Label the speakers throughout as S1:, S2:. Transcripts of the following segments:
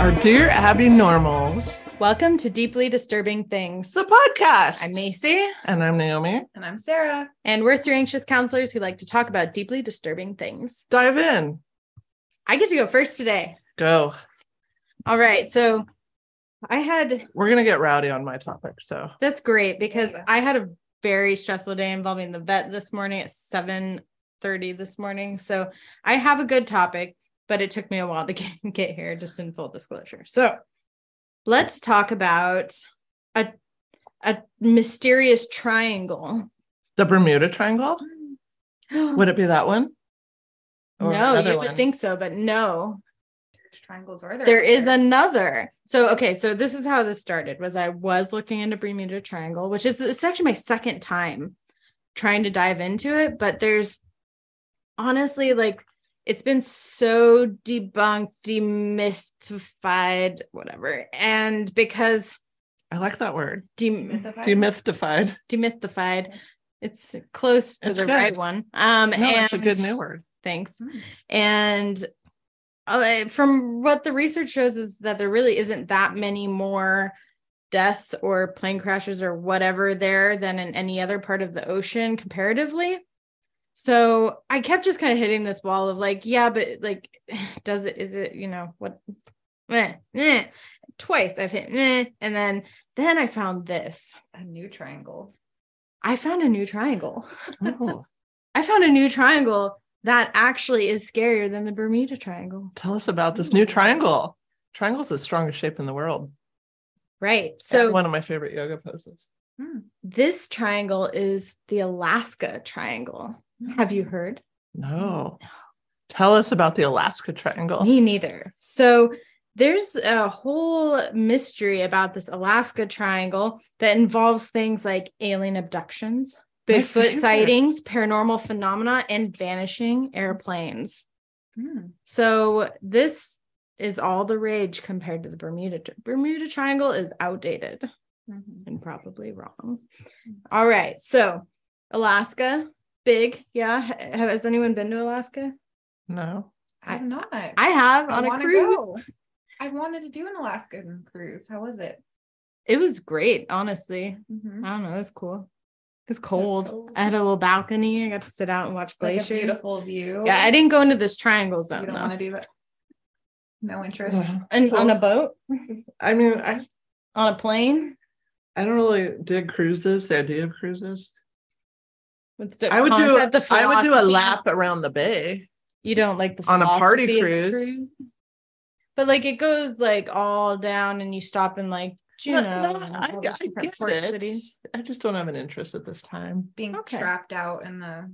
S1: Our dear Abby Normals,
S2: Welcome to Deeply Disturbing Things.
S1: it's the podcast.
S2: I'm Macy.
S1: and I'm Naomi.
S3: And I'm Sarah.
S2: And we're three anxious counselors who like to talk about deeply disturbing things.
S1: Dive in.
S2: I get to go first today.
S1: Go.
S2: All right. So I had,
S1: We're gonna get rowdy on my topic. So
S2: that's great because I had a very stressful day involving the vet this morning at 7 30 this morning. So I have a good topic, but it took me a while to get, get here, just in full disclosure. So let's talk about a, a mysterious triangle.
S1: the Bermuda Triangle. Would it be that one? Or
S2: no,
S1: another
S2: you would
S1: one?
S2: think so, but no,
S3: Which triangles are there?
S2: there is another. So, okay, so this is how this started. Was I was looking into Bermuda Triangle, which is it's actually my second time trying to dive into it, but there's honestly like it's been so debunked, demystified, whatever, and because
S1: I like that word.
S2: dem-
S1: Demystified.
S2: demystified, it's close to
S1: It's
S2: the
S1: good.
S2: right one. Um,
S1: No,
S2: and
S1: it's a good new word.
S2: Thanks.
S3: Mm.
S2: And uh, from what the research shows is that there really isn't that many more deaths or plane crashes or whatever there than in any other part of the ocean comparatively. So I kept just kind of hitting this wall of like, yeah, but like, does it, is it, you know, what? eh, eh. Twice I've hit, eh. and then then I found this.
S3: a new triangle.
S2: I found a new triangle.
S1: Oh,
S2: I found a new triangle that actually is scarier than the Bermuda Triangle.
S1: tell us about this new triangle. Triangle's the strongest shape in the world.
S2: Right. So
S1: one of my favorite yoga poses.
S3: Hmm.
S2: this triangle is the Alaska Triangle.
S3: Hmm.
S2: Have you heard?
S1: No. Tell us about the Alaska Triangle.
S2: Me neither. So there's a whole mystery about this Alaska Triangle that involves things like alien abductions,
S1: My
S2: Bigfoot
S1: favorite.
S2: sightings, paranormal phenomena, and vanishing airplanes.
S3: Hmm.
S2: So this is all the rage compared to the Bermuda. Bermuda Triangle is outdated.
S3: Mm-hmm.
S2: and probably wrong. All right. So, Alaska, big. Yeah. Ha- Has anyone been to Alaska?
S1: No.
S3: I'm not. I,
S2: I have on a
S3: wanna
S2: cruise.
S3: go. I wanted to do an Alaskan cruise. How was it?
S2: It was great, honestly.
S3: Mm-hmm.
S2: I don't know. It was cool. It was cold.
S3: cold.
S2: I had a little balcony. I got to sit out and watch
S3: Like a
S2: glaciers.
S3: beautiful view.
S2: yeah. I didn't go into this triangle
S3: You
S2: zone,
S3: don't
S2: though.
S3: want to do that. No interest.
S2: And
S1: Cool.
S2: on a boat,
S1: I mean, I
S2: on a plane.
S1: I don't really dig cruises, the idea of cruises.
S2: With the
S1: I would do
S2: concept, the
S1: I would do a
S2: philosophy.
S1: lap around the bay.
S2: You don't like the
S1: On a party
S2: philosophy of
S1: cruise.
S2: But like it goes like all down and you stop in like Juneau.
S1: No, no,
S2: and
S1: I,
S2: all
S1: I
S2: those different
S1: get
S2: port
S1: it.
S2: cities.
S1: I just don't have an interest at this time.
S3: Being
S2: Okay. Uh,
S3: trapped out in the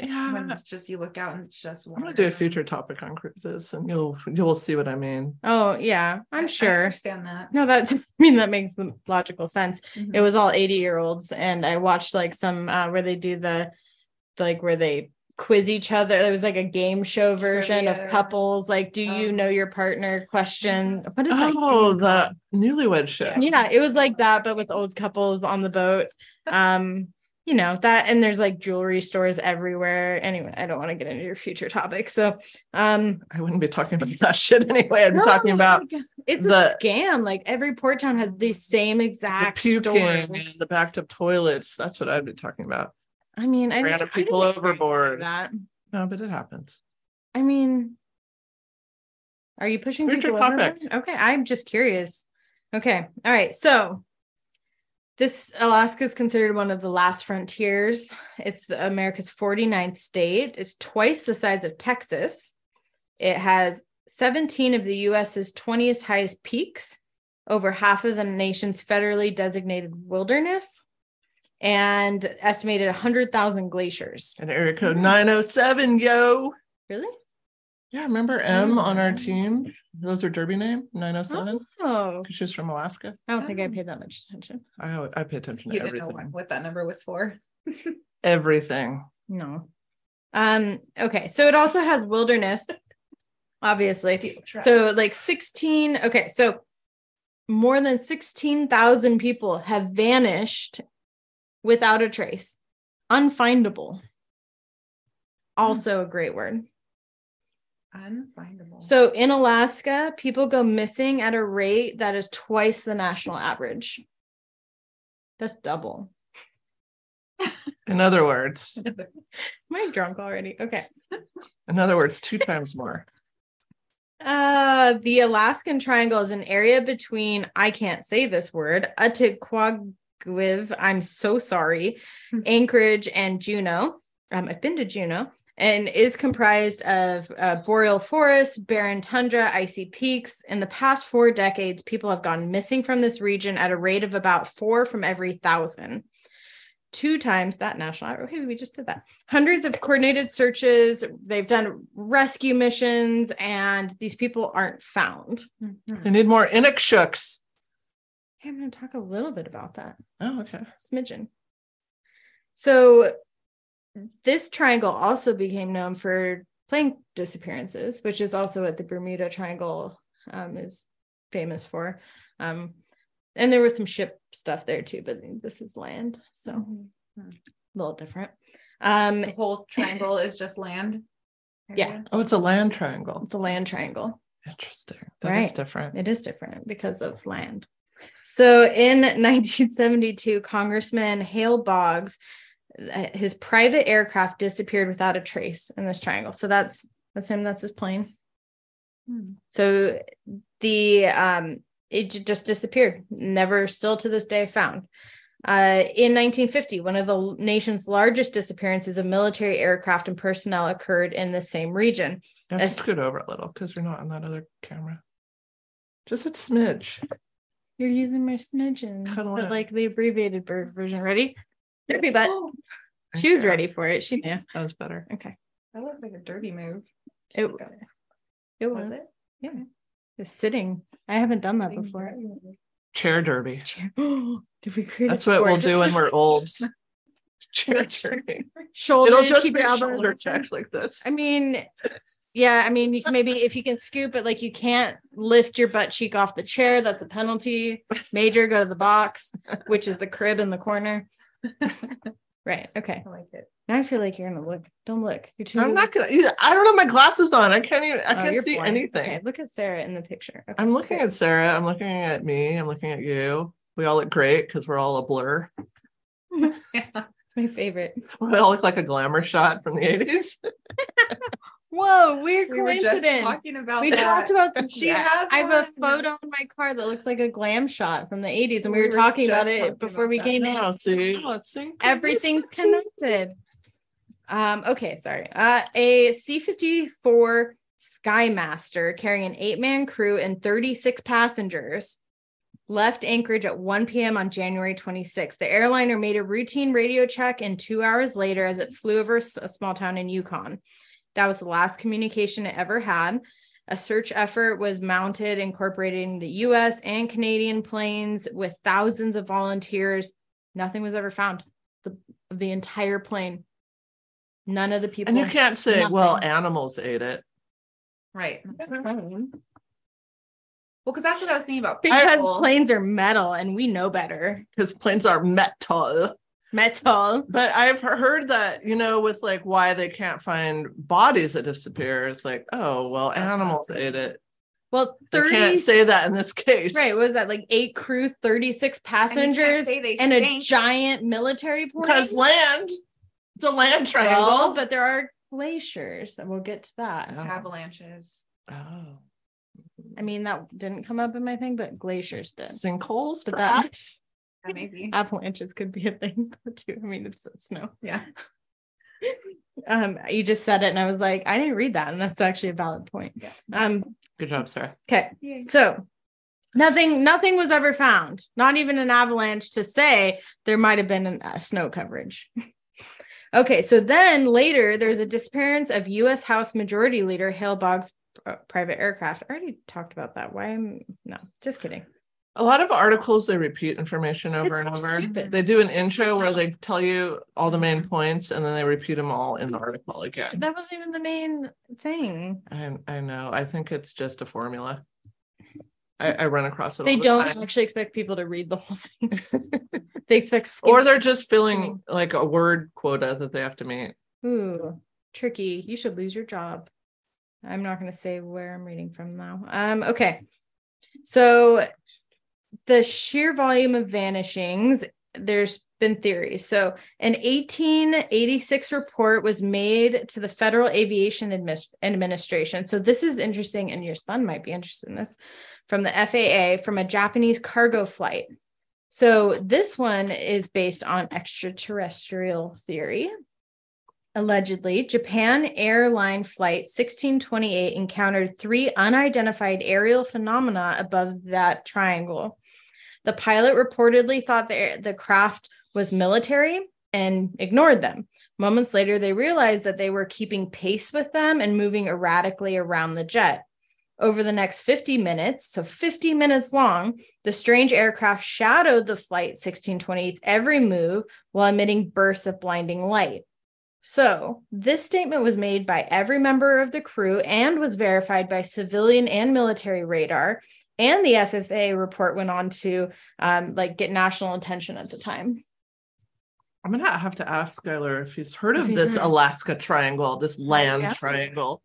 S3: when
S1: Yeah.
S3: it's just you look out and it's just.
S1: I'm gonna
S3: water.
S1: do a future topic on cruises and you'll you'll see what I mean.
S2: Oh yeah,
S3: I-
S2: I'm
S3: I
S2: sure.
S3: understand that.
S2: No, that's I mean that makes the logical sense.
S3: Mhm.
S2: It
S1: Mm-hmm.
S2: was all 80 year olds, and I watched like some uh, where they do the like where they quiz each other. It was like a game show version
S3: Trivia.
S2: of couples, like do you
S3: Oh.
S2: know your partner question. What is that?
S1: Oh, the newlywed show.
S3: Yeah.
S2: yeah it was like that but with old couples on the boat um you know that and there's like jewelry stores everywhere anyway i don't want to get into your future topic so um
S1: I wouldn't be talking about that shit anyway. I'd be talking
S2: no,
S1: about
S2: like, it's
S1: the-
S2: a scam like every port town has the same
S1: the
S2: exact
S1: puking and
S2: stores
S1: the backed up toilets. That's what I'd be talking about.
S2: i mean i
S1: Ran
S2: didn't-
S1: of
S2: I didn't
S1: people
S2: expect
S1: overboard.
S2: that
S1: No, but it happens.
S2: i mean are you pushing
S1: Future
S2: people
S1: topic.
S2: overboard? okay i'm just curious okay all right so this alaska is considered one of the last frontiers It's the- America's 49th state. It's twice the size of Texas. It has 17 of the US's 20th highest peaks, over half of the nation's federally designated wilderness, and estimated 100,000 glaciers.
S1: And area code 907, yo.
S2: Really?
S1: Yeah, remember M on our
S3: Mm.
S1: team? Those are Derby name, 907,
S2: Mm-hmm. Oh,
S1: because she's from Alaska.
S2: I don't think I paid that much attention.
S1: I al- I pay attention
S3: You
S1: to
S3: didn't know what,
S1: everything.
S3: what that number was for.
S1: Everything.
S2: No. Um, okay, so it also has wilderness, obviously.
S3: Deal trapped.
S2: So like 16, okay, so more than 16,000 people have vanished without a trace. Unfindable. Also a great word.
S3: Unfindable.
S2: So in Alaska, people go missing at a rate that is twice the national average. That's double.
S1: In other words,
S2: Am I drunk already? Okay.
S1: in other words, two times more.
S2: Uh, the Alaskan Triangle is an area between, I can't say this word, Atiquagliv, I'm so sorry, Anchorage, and Juneau. Um, I've been to Juneau and is comprised of uh, boreal forests, barren tundra, icy peaks. In the past four decades, people have gone missing from this region at a rate of about four from every thousand. Two times that national average. Okay, we just did that hundreds of coordinated searches. They've done rescue missions, and these people aren't found.
S1: They
S3: Mhm.
S1: need more Inukshuks.
S2: Okay, I'm going to talk a little bit about that
S1: Oh, okay.
S2: smidgen. So, this triangle also became known for plane disappearances, which is also what the Bermuda Triangle um, is famous for. Um, and there was some ship stuff there too, but this is land, so a
S3: Mhm.
S2: little different. Um,
S3: The whole triangle is just land.
S2: Yeah.
S3: area?
S1: Oh, it's a land triangle.
S2: it's a land triangle.
S1: Interesting. That is
S2: Right.
S1: different.
S2: It is different because of land. So in 1972, Congressman Hale Boggs, uh, his private aircraft disappeared without a trace in this triangle. So that's that's him. That's his plane.
S3: Hmm.
S2: So the um, it ju- just disappeared. Never, still to this day, found. Uh, in 1950, one of the nation's largest disappearances of military aircraft and personnel occurred in the same region.
S1: You have to
S2: It's-
S1: scoot over a little because you're not on that other camera. Just a smidge.
S2: You're using my smidgen,
S1: Cuddle
S2: but
S1: up.
S2: like the abbreviated bird version. Ready? Ready, but
S3: Oh,
S2: she was
S1: Yeah,
S2: ready for it. She knew.
S1: That was better.
S2: Okay.
S3: that looks like a dirty move.
S2: It-
S3: Just go.
S2: It
S3: was it?
S2: Yeah. The sitting. I haven't done that before.
S3: Dirty move.
S1: Chair derby.
S2: Chair. Did we create? a
S1: That's what we'll
S2: sport?
S1: do when we're old. Chair derby.
S2: Shoulders.
S1: It'll just
S2: keep
S1: be
S2: your elbows.
S1: shoulder checks like this.
S2: I mean, yeah. I mean, you can maybe if you can scoop, but like you can't lift your butt cheek off the chair. That's a penalty. Major. Go to the box, which is the crib in the corner. Right. Okay.
S3: I like it.
S2: Now I feel like you're gonna look. Don't look. You're too.
S1: I'm not gonna. I don't have my glasses on. I can't even. I
S2: Oh,
S1: can't
S2: you're
S1: see
S2: blind.
S1: anything.
S2: Okay, look at Sarah in the picture. Okay,
S1: I'm looking
S2: great.
S1: at Sarah. I'm looking at me. I'm looking at you. We all look great because we're all a blur.
S2: It's my favorite.
S1: We all look like a glamour shot from the 80s.
S2: Whoa, weird
S3: We were just
S2: coincidence.
S3: talking about
S2: We
S3: that.
S2: talked about some.
S3: She
S2: yeah.
S3: has
S2: I have a
S3: one.
S2: photo in my car that looks like a glam shot from the 80s, and we,
S3: We
S2: were
S3: were
S2: talking about
S3: just
S2: it
S3: talking
S2: before
S3: about
S2: we
S3: that.
S2: came in.
S1: No, see, oh, it's synchronicity.
S2: Everything's connected. Um, okay, sorry. Uh, a C 54 Skymaster carrying an eight man crew and 36 passengers left Anchorage at 1 p.m. on January 26th. The airliner made a routine radio check, and two hours later, as it flew over s- a small town in Yukon, that was the last communication it ever had. A search effort was mounted, incorporating the US and Canadian planes with thousands of volunteers. Nothing was ever found the, of the entire plane. None of the people.
S1: And you can't say, well,
S2: Nothing.
S1: animals ate it.
S3: Right. Well, because that's what I was thinking about.
S2: because
S3: people.
S2: planes are metal and we know better.
S1: Because planes are metal.
S2: Metal.
S1: But I've heard that, you know, with like why they can't find bodies that disappear. It's like, oh, well, animals ate it.
S2: Well,
S1: They
S2: 30
S1: can't say that in this case.
S2: Right. What was that? Like eight crew, 36
S3: And you can't
S2: passengers,
S3: say they
S2: and a
S3: stink.
S2: giant military plane.
S1: Because land, it's a land triangle.
S2: Well, but there are glaciers, and we'll get to that.
S1: Yeah.
S3: avalanches.
S1: oh.
S2: I mean, that didn't come up in my thing, but glaciers did.
S1: sinkholes,
S2: But that-
S1: perhaps.
S3: Yeah, maybe.
S2: Uh, Avalanches could be a thing too. I mean, it's snow.
S3: yeah.
S2: Um, you just said it, and I was like, I didn't read that, and that's actually a valid point.
S3: Yeah.
S2: Um,
S1: Good job, Sarah.
S2: okay. So nothing, nothing was ever found, not even an avalanche to say there might have been a snow coverage. okay, so then later there's a disappearance of U.S. House Majority Leader Hale Boggs' uh, private aircraft. I already talked about that. Why am no? Just kidding.
S1: A lot of articles they repeat information over
S2: It's
S1: and
S2: so
S1: over.
S2: stupid.
S1: They do an intro where they tell you all the main points and then they repeat them all in the article again.
S2: That wasn't even the main thing.
S1: I, I know. I think it's just a formula. I, I run across it.
S2: They
S1: all the
S2: don't
S1: time.
S2: actually expect people to read the whole thing. they expect skim-
S1: Or they're just filling like a word quota that they have to meet.
S2: ooh tricky. You should lose your job. I'm not going to say where I'm reading from now. Um, okay. So the sheer volume of vanishings, there's been theories. So an 1886 report was made to the Federal Aviation Admis- Administration. So this is interesting, and your son might be interested in this from the FAA from a Japanese cargo flight. So this one is based on extraterrestrial theory. Allegedly, Japan Airline Flight 1628 encountered three unidentified aerial phenomena above that triangle. The pilot reportedly thought the, the craft was military and ignored them. Moments later, they realized that they were keeping pace with them and moving erratically around the jet. Over the next 50 minutes, so 50 minutes long, the strange aircraft shadowed the Flight 1628's every move while emitting bursts of blinding light. So, this statement was made by every member of the crew and was verified by civilian and military radar. And the FFA report went on to um, like get national attention at the time.
S1: I'm gonna have to ask Skylar if he's heard of
S2: He's
S1: this
S2: heard.
S1: Alaska Triangle, this land
S2: Yeah.
S1: triangle.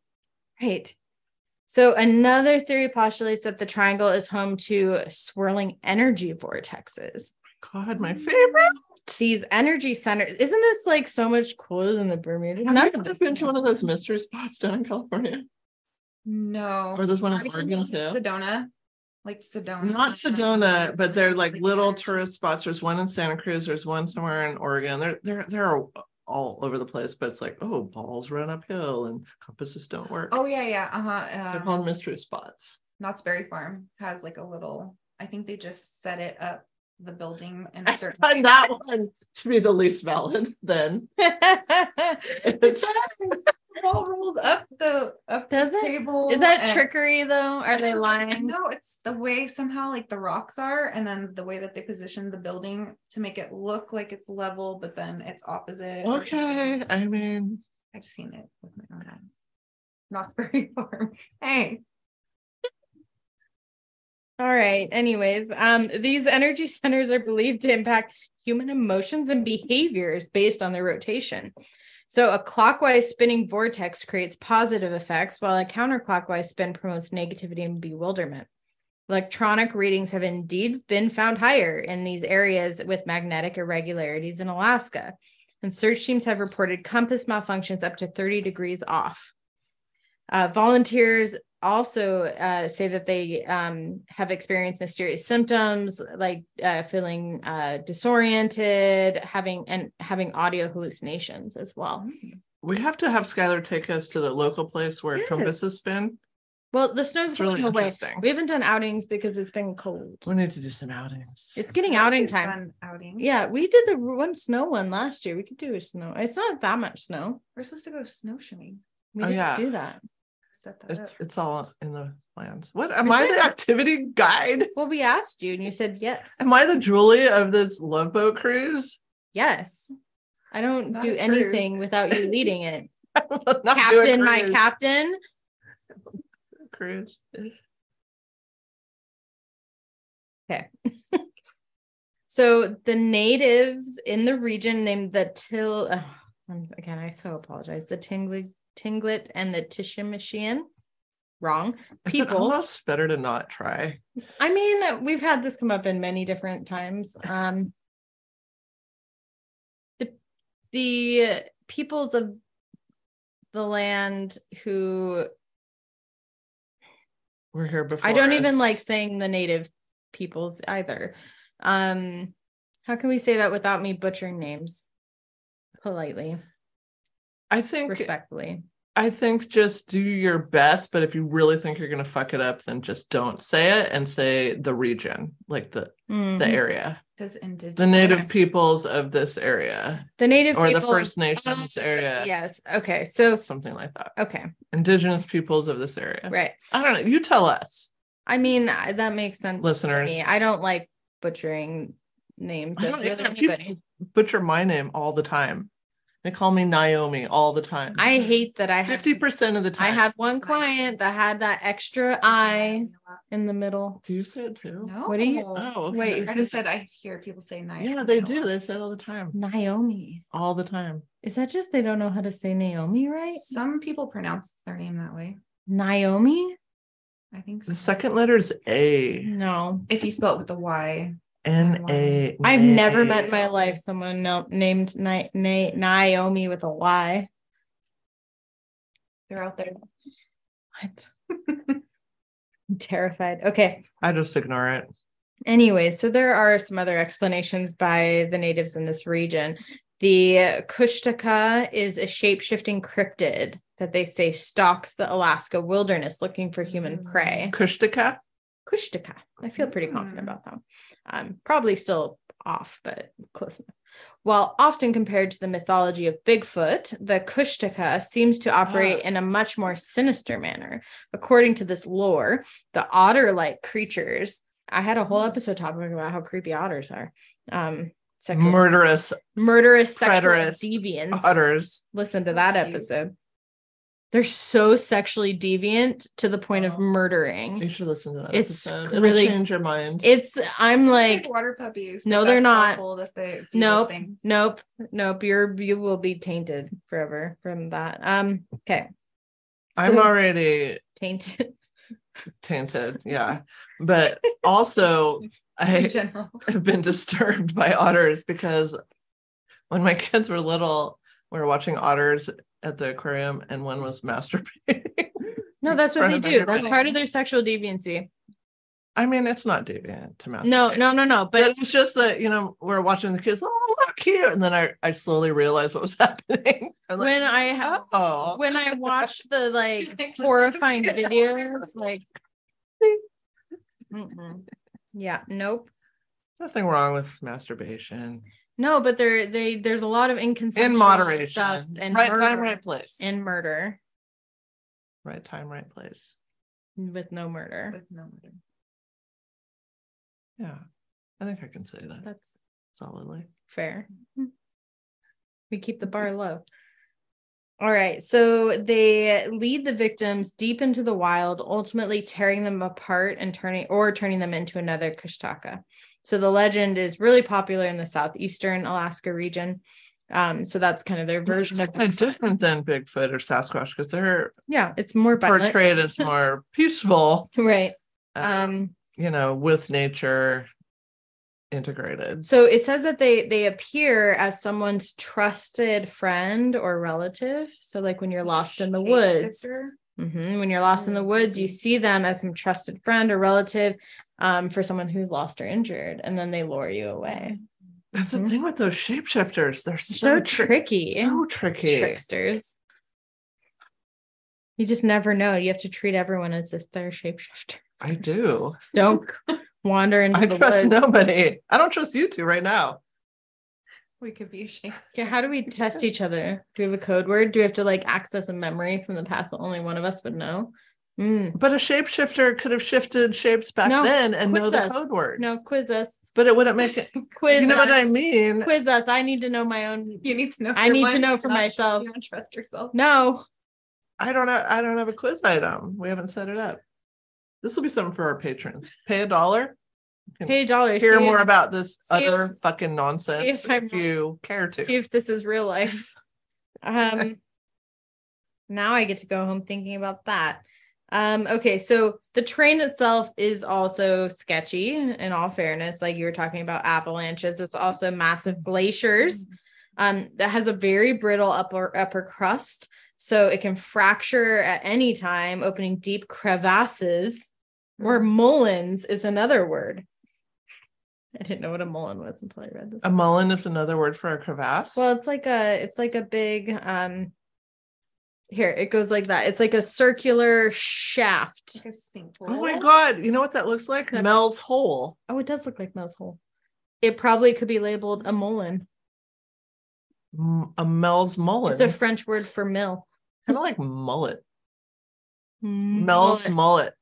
S2: Right. So, another theory postulates that the triangle is home to swirling energy vortexes.
S1: God, my favorite.
S2: These energy centers, isn't this like so much cooler than the Bermuda?
S1: Have
S2: Triangle?
S1: you ever been to one of those mystery spots down in California?
S3: No.
S1: Or there's one in
S3: Obviously,
S1: Oregon
S3: like
S1: too?
S3: Sedona. Like Sedona.
S1: Not Sedona, but they're like little
S3: tourists.
S1: tourist spots. There's one in Santa Cruz. There's one somewhere in Oregon. They're they're they're all over the place, but it's like, oh, balls run uphill and compasses don't work.
S3: Oh yeah, yeah. Uh-huh.
S1: They're
S3: Um,
S1: called mystery spots.
S3: Knott's Berry Farm has like a little, I think they just set it up the building and
S1: I find that one to be the least valid then. It's-
S3: all rolled up the up
S2: Does
S3: the
S2: it?
S3: table.
S2: Is that
S3: and-
S2: trickery though? Are they lying?
S3: No, it's the way somehow like the rocks are, and then the way that they position the building to make it look like it's level, but then it's opposite. or something.
S1: okay. I mean,
S3: I've seen it with my own eyes. Knott's Berry Farm. Hey,
S2: All right. Anyways, um, these energy centers are believed to impact human emotions and behaviors based on their rotation. So, a clockwise spinning vortex creates positive effects, while a counterclockwise spin promotes negativity and bewilderment. Electronic readings have indeed been found higher in these areas with magnetic irregularities in Alaska. And search teams have reported compass malfunctions up to 30 degrees off. Uh, volunteers also uh, say that they um, have experienced mysterious symptoms like uh, feeling uh, disoriented, having and having audio hallucinations as well.
S3: Hmm.
S1: we have to have Skylar take us to the local place where
S2: Yes.
S1: compasses spin.
S2: Well, the snow's
S1: It's really
S2: going away.
S1: interesting.
S2: We haven't done outings because it's been cold.
S1: We need to do some outings.
S2: It's getting outing
S3: Fun
S2: time.
S3: Outing.
S2: Yeah, we did the one snow one last year. We could do a snow. It's not that much snow.
S3: We're supposed to go snowshoeing.
S2: We
S1: Oh,
S2: didn't
S1: yeah.
S2: do that.
S3: Set that
S1: it's
S3: up.
S1: it's all in the plans. What am I the activity guide?
S2: Well, we asked you and you said yes.
S1: Am I the Julie of this love boat cruise?
S2: Yes. I don't
S3: Not
S2: do
S3: a cruise.
S2: anything without you leading it.
S1: Not doing
S2: captain, my
S1: cruise.
S2: captain.
S1: cruise.
S2: So the natives in the region named the Til. Oh, I'm- again, I so apologize. The Tingli- Tinglet and the Tishomishian. Wrong.
S1: Is it
S2: People.
S1: almost better to not try?
S2: I mean, we've had this come up in many different times. Um, the the peoples of the land who
S1: We're here before.
S2: I don't even
S1: us.
S2: like saying the native peoples either. Um, how can we say that without me butchering names? Politely,
S1: I think
S2: respectfully.
S1: I think just do your best, but if you really think you're gonna fuck it up, then just don't say it and say the region, like the
S2: Mm.
S1: the area,
S3: Does indigenous
S1: the native peoples of this area,
S2: The native Um,
S1: or the
S2: people-
S1: First Nations area,
S2: Yes. Okay. So
S1: something like that.
S2: okay.
S1: Indigenous peoples of this area.
S2: Right.
S1: I don't know. You tell us.
S2: I mean I, that makes sense. To
S1: Listeners.
S2: me. I don't like butchering names
S1: I
S2: of
S1: don't
S2: really
S1: either. People
S2: anybody.
S1: butcher my name all the time. They call me Naomi all the time.
S2: I hate that I had
S1: fifty percent of the
S2: I
S1: time.
S2: had one client that had that extra I in the middle.
S1: Do you say it too?
S3: No.
S2: What do you-
S1: Oh, okay.
S2: Wait.
S3: I just said I hear people say night.
S1: Yeah, they do. They say it all the time.
S2: Naomi.
S1: All the time.
S2: Is that just they don't know how to say Naomi right?
S3: Some people pronounce their name that way.
S2: Naomi?
S3: I think
S1: The second letter is A.
S2: No.
S3: If you spell it with the Y,
S1: N A.
S2: I've never met in
S1: my.
S2: my life someone no- named Ni- Na- Naomi with a Y.
S3: they're out there.
S2: What? I'm terrified. Okay.
S1: I just ignore it.
S2: Anyway, so there are some other explanations by the natives in this region. The Kushtaka is a shape shifting cryptid that they say stalks the Alaska wilderness looking for human prey.
S1: Kushtika.
S2: Kushtaka. I feel pretty confident
S3: Mm.
S2: about that. one. Um, probably still off, but close enough. While often compared to the mythology of Bigfoot, the Kushtaka seems to operate in a much more sinister manner. According to this lore, the otter like creatures, I had a whole episode talking about how creepy otters are. Um, sexual,
S1: Murderous
S2: murderous sexual
S1: preterist
S2: deviants
S1: otters.
S2: listen to
S3: Oh,
S2: that
S3: cute.
S2: episode. They're so sexually deviant to the point
S1: Oh.
S2: of murdering.
S1: You should listen to that.
S2: It's
S1: episode. It'll
S2: really-
S1: change your mind.
S2: It's I'm
S3: Like,
S2: like,
S3: water puppies.
S2: No,
S3: but
S2: they're
S3: that's
S2: not.
S3: awful That they do
S2: Nope.
S3: those things.
S2: nope, nope, you're you will be tainted forever from that. Um, okay.
S1: I'm
S2: So,
S1: already
S2: tainted.
S1: tainted. Yeah, but also
S3: in
S1: I
S3: general.
S1: have been disturbed by otters because when my kids were little, we were watching otters at the aquarium, and one was masturbating.
S2: No, that's what
S1: Front
S2: they
S1: of
S2: do. That's
S1: everybody.
S2: part of their sexual deviancy.
S1: I mean, it's not deviant to masturbate.
S2: No, no, no, no.
S1: But
S2: But
S1: it's just that you know we're watching the kids. Oh, look cute! And then I, I slowly realized what was happening. I'm like,
S2: when I ha-
S1: oh,
S2: when I watch the like
S3: Like,
S2: horrifying
S3: let's look at
S2: videos, like mm-mm. yeah, nope.
S1: nothing wrong with masturbation
S2: No, but there they there's a lot of inconsistency
S1: in moderation.
S2: stuff and
S1: right
S2: murder
S1: time, right place.
S2: and murder
S1: right time, right place.
S2: with no murder.
S3: With no other-
S1: Yeah, I think I can say that
S2: That's
S1: solidly.
S2: fair. We keep the bar low. All right, so they lead the victims deep into the wild, ultimately tearing them apart and turning or turning them into another Kushtaka. So the legend is really popular in the southeastern Alaska region. Um, so that's kind of their version of
S1: kind of different than Bigfoot or Sasquatch because they're
S2: yeah, it's more violent,
S1: portrayed as more peaceful,
S2: right?
S1: um,
S2: Um,
S1: you know, with nature integrated.
S2: So it says that they they appear as someone's trusted friend or relative. So like when you're lost in the woods,
S3: Shapeshifter.
S2: Mhm, when you're lost in the woods, you
S3: Mhm.
S2: see them as some trusted friend or relative um, for someone who's lost or injured, and then they lure you away.
S1: That's the
S2: Mhm.
S1: thing with those shapeshifters; they're
S2: So,
S1: so, tricky.
S2: tricky,
S1: So tricky.
S2: tricksters. You just never know. You have to treat everyone as if they're a shapeshifter.
S1: I do.
S2: Don't wander into
S1: I
S2: the
S1: trust
S2: woods.
S1: nobody. I don't trust you two right now.
S3: We could be ashamed.
S2: Yeah, how do we test each other? Do we have a code word? Do we have to like access a memory from the past that only one of us would know? Mm,
S1: But a shapeshifter could have shifted shapes back
S2: No,
S1: then and know the
S2: quizzes.
S1: code word.
S2: no, quiz us.
S1: But it wouldn't make it.
S2: Quiz.
S1: you know what I
S2: us.
S1: mean?
S2: Quiz us. I need to know my own.
S3: You need to know.
S2: I
S3: your
S2: need to
S3: mind.
S2: know for
S3: Not-
S2: myself.
S3: You don't trust yourself.
S2: No.
S1: I don't know. I don't have a quiz item. We haven't set it up. This will be something for our patrons. Pay a dollar.
S2: Hey, dollars.
S1: Hear
S2: see
S1: more
S2: if,
S1: about this
S2: see if-
S1: other fucking nonsense
S2: if I'm-
S1: if you care to.
S2: See if this is real life. Um. now I get to go home thinking about that. Um, okay, so the train itself is also sketchy. In all fairness, like you were talking about avalanches, it's also massive glaciers. um, that has a very brittle upper upper crust, so it can fracture at any time, opening deep crevasses.
S3: Mm-hmm.
S2: Or mullins is another word. I didn't know what a mullen was until I read this.
S1: a mullen is another word for a crevasse.
S2: well, it's like a it's like a big um. Here it goes like that. It's like a circular shaft.
S3: Like a sinkhole.
S1: oh my god! You know what that looks like?
S2: Good.
S1: Mel's hole.
S2: Oh, it does look like Mel's hole. It probably could be labeled a mullen.
S1: M- a Mel's mullen.
S2: It's a French word for mill.
S1: kind of like mullet. Mel's mullet.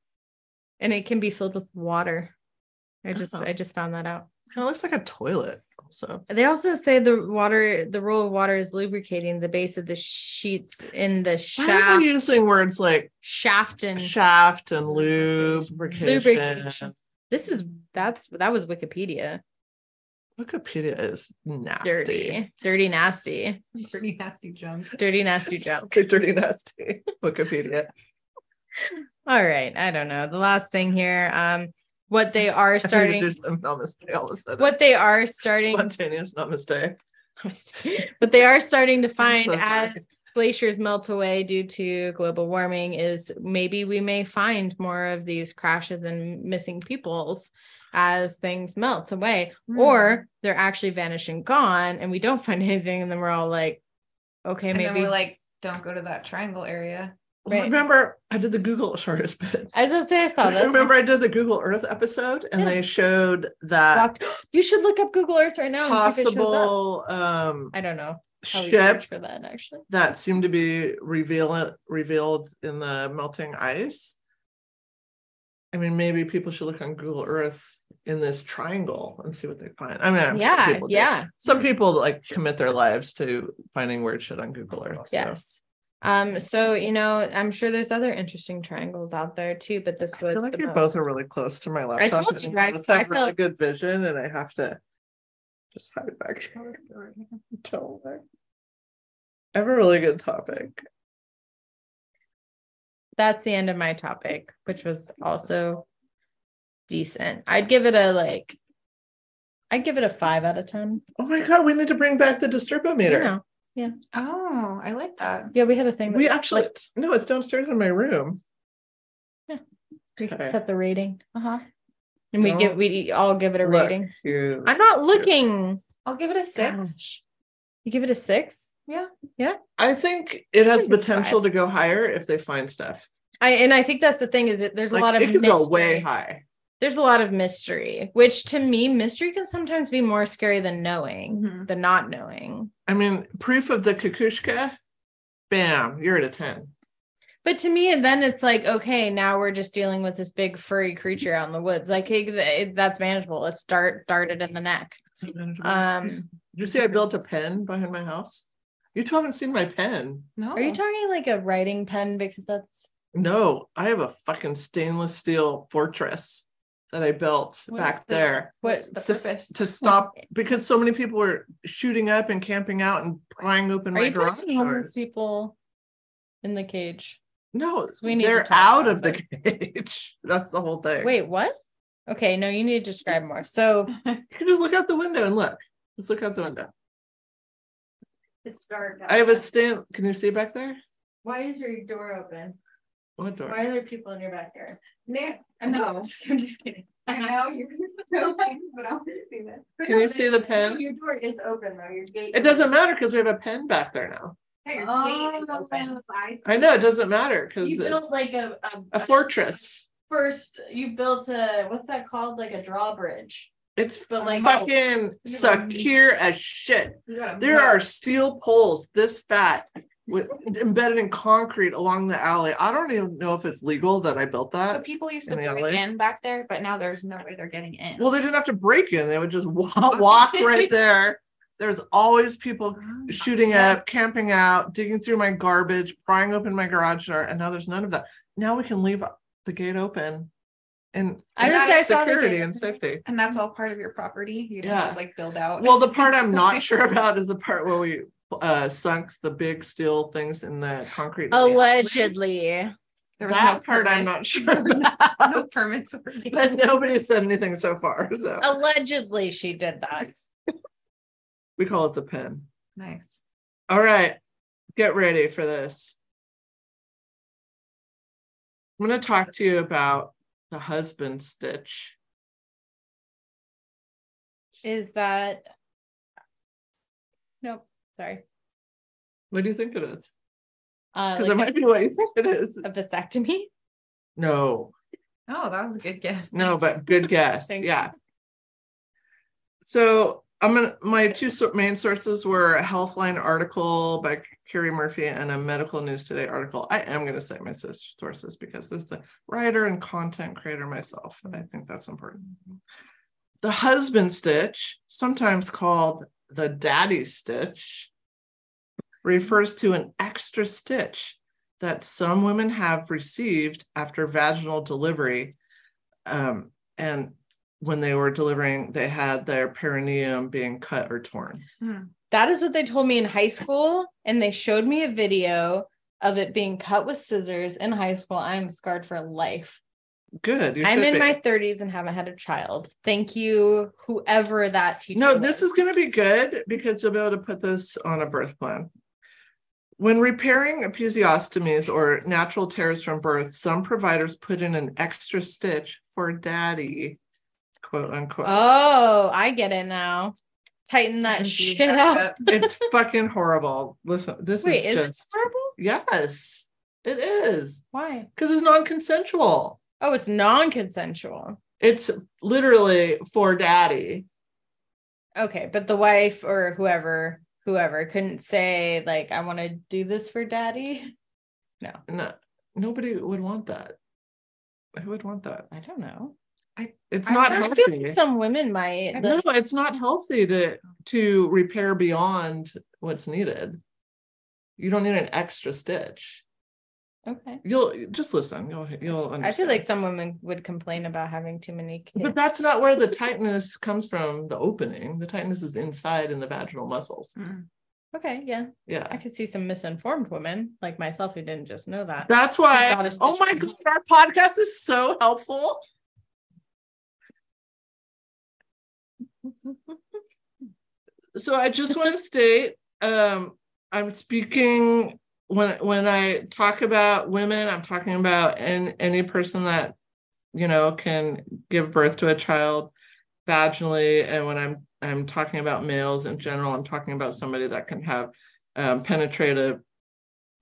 S2: and it can be filled with water. I just
S1: Oh.
S2: I just found that out.
S1: Kind of looks like a toilet. Also,
S2: They also say the water, the role of water is lubricating the base of the sheets in the
S1: why are
S2: shaft,
S1: we using words like
S2: shaft and
S1: shaft and lubrication?
S2: Lubrication. this is that's that was Wikipedia.
S1: Wikipedia is nasty.
S2: Dirty, dirty, nasty,
S3: Pretty nasty junk.
S2: dirty, nasty joke.
S1: Okay, dirty, nasty. Wikipedia.
S2: All right. I don't know. The last thing here. Um, what they are starting
S1: This namaste all of a sudden.
S2: what they are starting
S1: Spontaneous namaste.
S2: what they are starting to find
S1: so sorry.
S2: as glaciers melt away due to global warming is maybe we may find more of these crashes and missing peoples as things melt away
S1: Hmm.
S2: or they're actually vanished and gone and we don't find anything and then we're all like okay
S3: and then
S2: maybe
S3: we're like, don't go to that triangle area.
S1: Well,
S2: Right.
S1: Remember, I did the Google shortest bit.
S2: i was gonna say i saw that
S1: Remember, I did the Google Earth episode, and
S2: Yeah.
S1: they showed that
S2: Walked- you should look up google earth right now and see if it shows up.
S1: possible um,
S2: i don't know how we
S1: ship
S2: search Oh, for that actually
S1: that seemed to be reveal revealed in the melting ice. I mean, maybe people should look on Google Earth in this triangle and see what they find. I mean, I'm sure
S2: yeah
S1: people do.
S2: yeah
S1: Some people like commit their lives to finding weird shit on Google Earth. so.
S2: Yes. Um, so you know, I'm sure there's other interesting triangles out there too, but this
S1: I
S2: was
S1: feel like
S2: the
S1: you
S2: most-
S1: both are really close to my laptop.
S2: told you
S1: and
S2: guys,
S1: both have
S2: I feel-
S1: really good vision, and I have to just hide back here. Don't worry. I have a really good topic.
S2: that's the end of my topic, which was also decent. I'd give it a like I'd give it a five out of ten.
S1: Oh my god, we need to bring back the
S2: You
S1: disturbometer.
S2: know.
S3: Oh, I like that.
S2: Yeah, we had a thing that
S1: we
S2: was
S1: actually no, it's downstairs in my room.
S2: we could
S1: okay.
S2: set the rating.
S3: Uh-huh.
S2: And we
S1: Don't
S2: give we all give it a
S1: look.
S2: rating.
S1: You
S2: I'm not looking.
S3: I'll give it a six.
S2: Gosh. You give it a six?
S1: I think it has
S2: think it's
S1: potential to go higher if they find stuff.
S2: I and I think that's the thing is that there's
S1: Like,
S2: a lot of
S1: it could go way
S2: mystery.
S1: high.
S2: there's a lot of mystery, which to me, mystery can sometimes be more scary than knowing,
S1: Mm-hmm.
S3: Mhm.
S2: than not knowing.
S1: I mean, proof of the Kukushka, bam, you're at a 10.
S2: But to me, then it's like, okay, now we're just dealing with this big furry creature out in the woods. Like, hey, th- that's manageable. Let's dart darted in the neck.
S1: So manageable.
S2: Um,
S1: Did you see I built a pen behind my house? You two haven't seen my pen.
S3: No.
S2: are you talking like a writing pen? Because that's
S1: No, I have a fucking stainless steel fortress that I built
S3: What's
S1: back
S3: the-
S1: there
S3: What's the
S1: to, s-
S3: purpose?
S1: to stop because so many people were shooting up and camping out and prying open
S2: are
S1: my
S2: you
S1: garage
S2: putting homeless
S1: doors.
S2: people in the cage?
S1: No,
S2: We need to
S1: they're
S2: talk
S1: out
S2: about
S1: of the cage. That's the whole thing.
S2: Wait, what? Okay, no, you need to describe more. So
S1: you can just look out the window and look. Just look out the window.
S2: it's dark.
S1: I have a stand. Can you see back there?
S2: Why is your door open?
S1: What door?
S2: are there people in your backyard?
S3: Nick,
S2: I'm
S3: just- No.
S2: I'm just kidding.
S3: I know you're joking, but I'm missing it.
S1: Can you see the pen?
S2: Your door is open though. Your gate.
S1: It doesn't matter because we have a pen back there now.
S3: Hey, your
S2: Oh,
S3: gate is
S2: the
S3: open.
S2: pen.
S1: I know it doesn't matter
S2: You
S1: because
S2: built like a, a,
S1: a fortress.
S2: first. You built a what's that called? Like a drawbridge.
S1: It's
S2: But, like,
S1: fucking
S2: don't-
S1: secure as shit.
S3: You got a
S1: There
S3: moat.
S1: are steel poles this fat with embedded in concrete along the alley. I don't even know if it's legal that I built
S3: So
S1: that.
S3: people used to
S1: in the
S3: break
S1: alley.
S3: in back there, but now there's no way they're getting in.
S1: Well, they didn't have to break in, they would just walk, walk right there. There's always people shooting up, camping out, digging through my garbage, prying open my garage door, and now there's none of that. Now we can leave the gate open and
S2: I
S1: and
S3: was gonna
S2: say, I saw the
S1: security
S2: gate
S1: and
S2: open.
S1: safety.
S3: and that's all part of your property. You didn't
S1: Yeah.
S3: just like build out.
S1: Well, the part I'm not sure about is the part where we uh sunk the big steel things in the concrete. in the alley.
S2: Oh, Allegedly,
S3: there was
S1: That
S3: no
S1: part I'm
S3: permits.
S1: not sure about.
S3: no permits. were needed.
S1: But nobody said anything so far, so
S2: allegedly, she did that.
S1: we call it the pen.
S3: Nice.
S1: All right, get ready for this. I'm going to talk to you about the husband stitch.
S2: Is that? Nope. Sorry.
S1: What do you think it is?
S2: Uh,
S1: Because it
S2: like
S1: might be what you think it is.
S2: a vasectomy.
S1: No,
S3: Oh, that was a good guess.
S1: No, but good guess.
S2: Thanks.
S1: yeah. So I'm gonna my two so- main sources were a Healthline article by Carrie Murphy and a Medical News Today article. I am gonna cite my sis- sources because as a writer and content creator myself, I think that's important. The husband stitch, sometimes called the daddy stitch, refers to an extra stitch that some women have received after vaginal delivery um, and when they were delivering, they had their perineum being cut or torn.
S2: That is what they told me in high school. And they showed me a video of it being cut with scissors in high school, I'm scarred for life.
S1: Good. you
S2: I'm
S1: should
S2: in
S1: be.
S2: my 30s and haven't had a child. Thank you, whoever that teacher.
S1: No, this
S2: was.
S1: is going to be good because you'll be able to put this on a birth plan. When repairing episiostomies or natural tears from birth, some providers put in an extra stitch for daddy, quote unquote.
S2: Oh, I get it now. Tighten that
S3: Couldn't do
S2: shit up.
S3: that.
S1: It's fucking horrible. Listen, this
S2: Wait,
S1: is
S2: is it
S1: just
S2: horrible?
S1: yes, it is
S2: Why?
S1: because it's non-consensual.
S2: Oh, it's non-consensual.
S1: It's literally for daddy.
S2: Okay, but the wife or whoever, whoever couldn't say like, "I want to do this for daddy."
S1: No, nobody would want that. Who would want that?
S2: I don't know.
S1: I, it's
S3: I-
S1: not
S2: I
S1: healthy.
S2: feel like some women might.
S1: And
S2: like-
S1: no, it's not healthy to to repair beyond what's needed. You don't need an extra stitch.
S2: okay.
S1: You'll just listen. You'll you'll understand.
S2: I feel like some women would complain about having too many kids.
S1: but that's not where the tightness comes from. The opening, the tightness is inside in the vaginal muscles.
S3: Mm.
S2: okay, yeah, I
S1: Yeah,
S2: could see some misinformed women like myself who didn't just know that.
S1: that's why.
S2: Gotta stitch
S1: Oh my
S2: it.
S1: god, our podcast is so helpful. so I just want to state um I'm speaking when when I talk about women, I'm talking about and any person that you know can give birth to a child vaginally and when I'm I'm talking about males in general, I'm talking about somebody that can have um, penetrative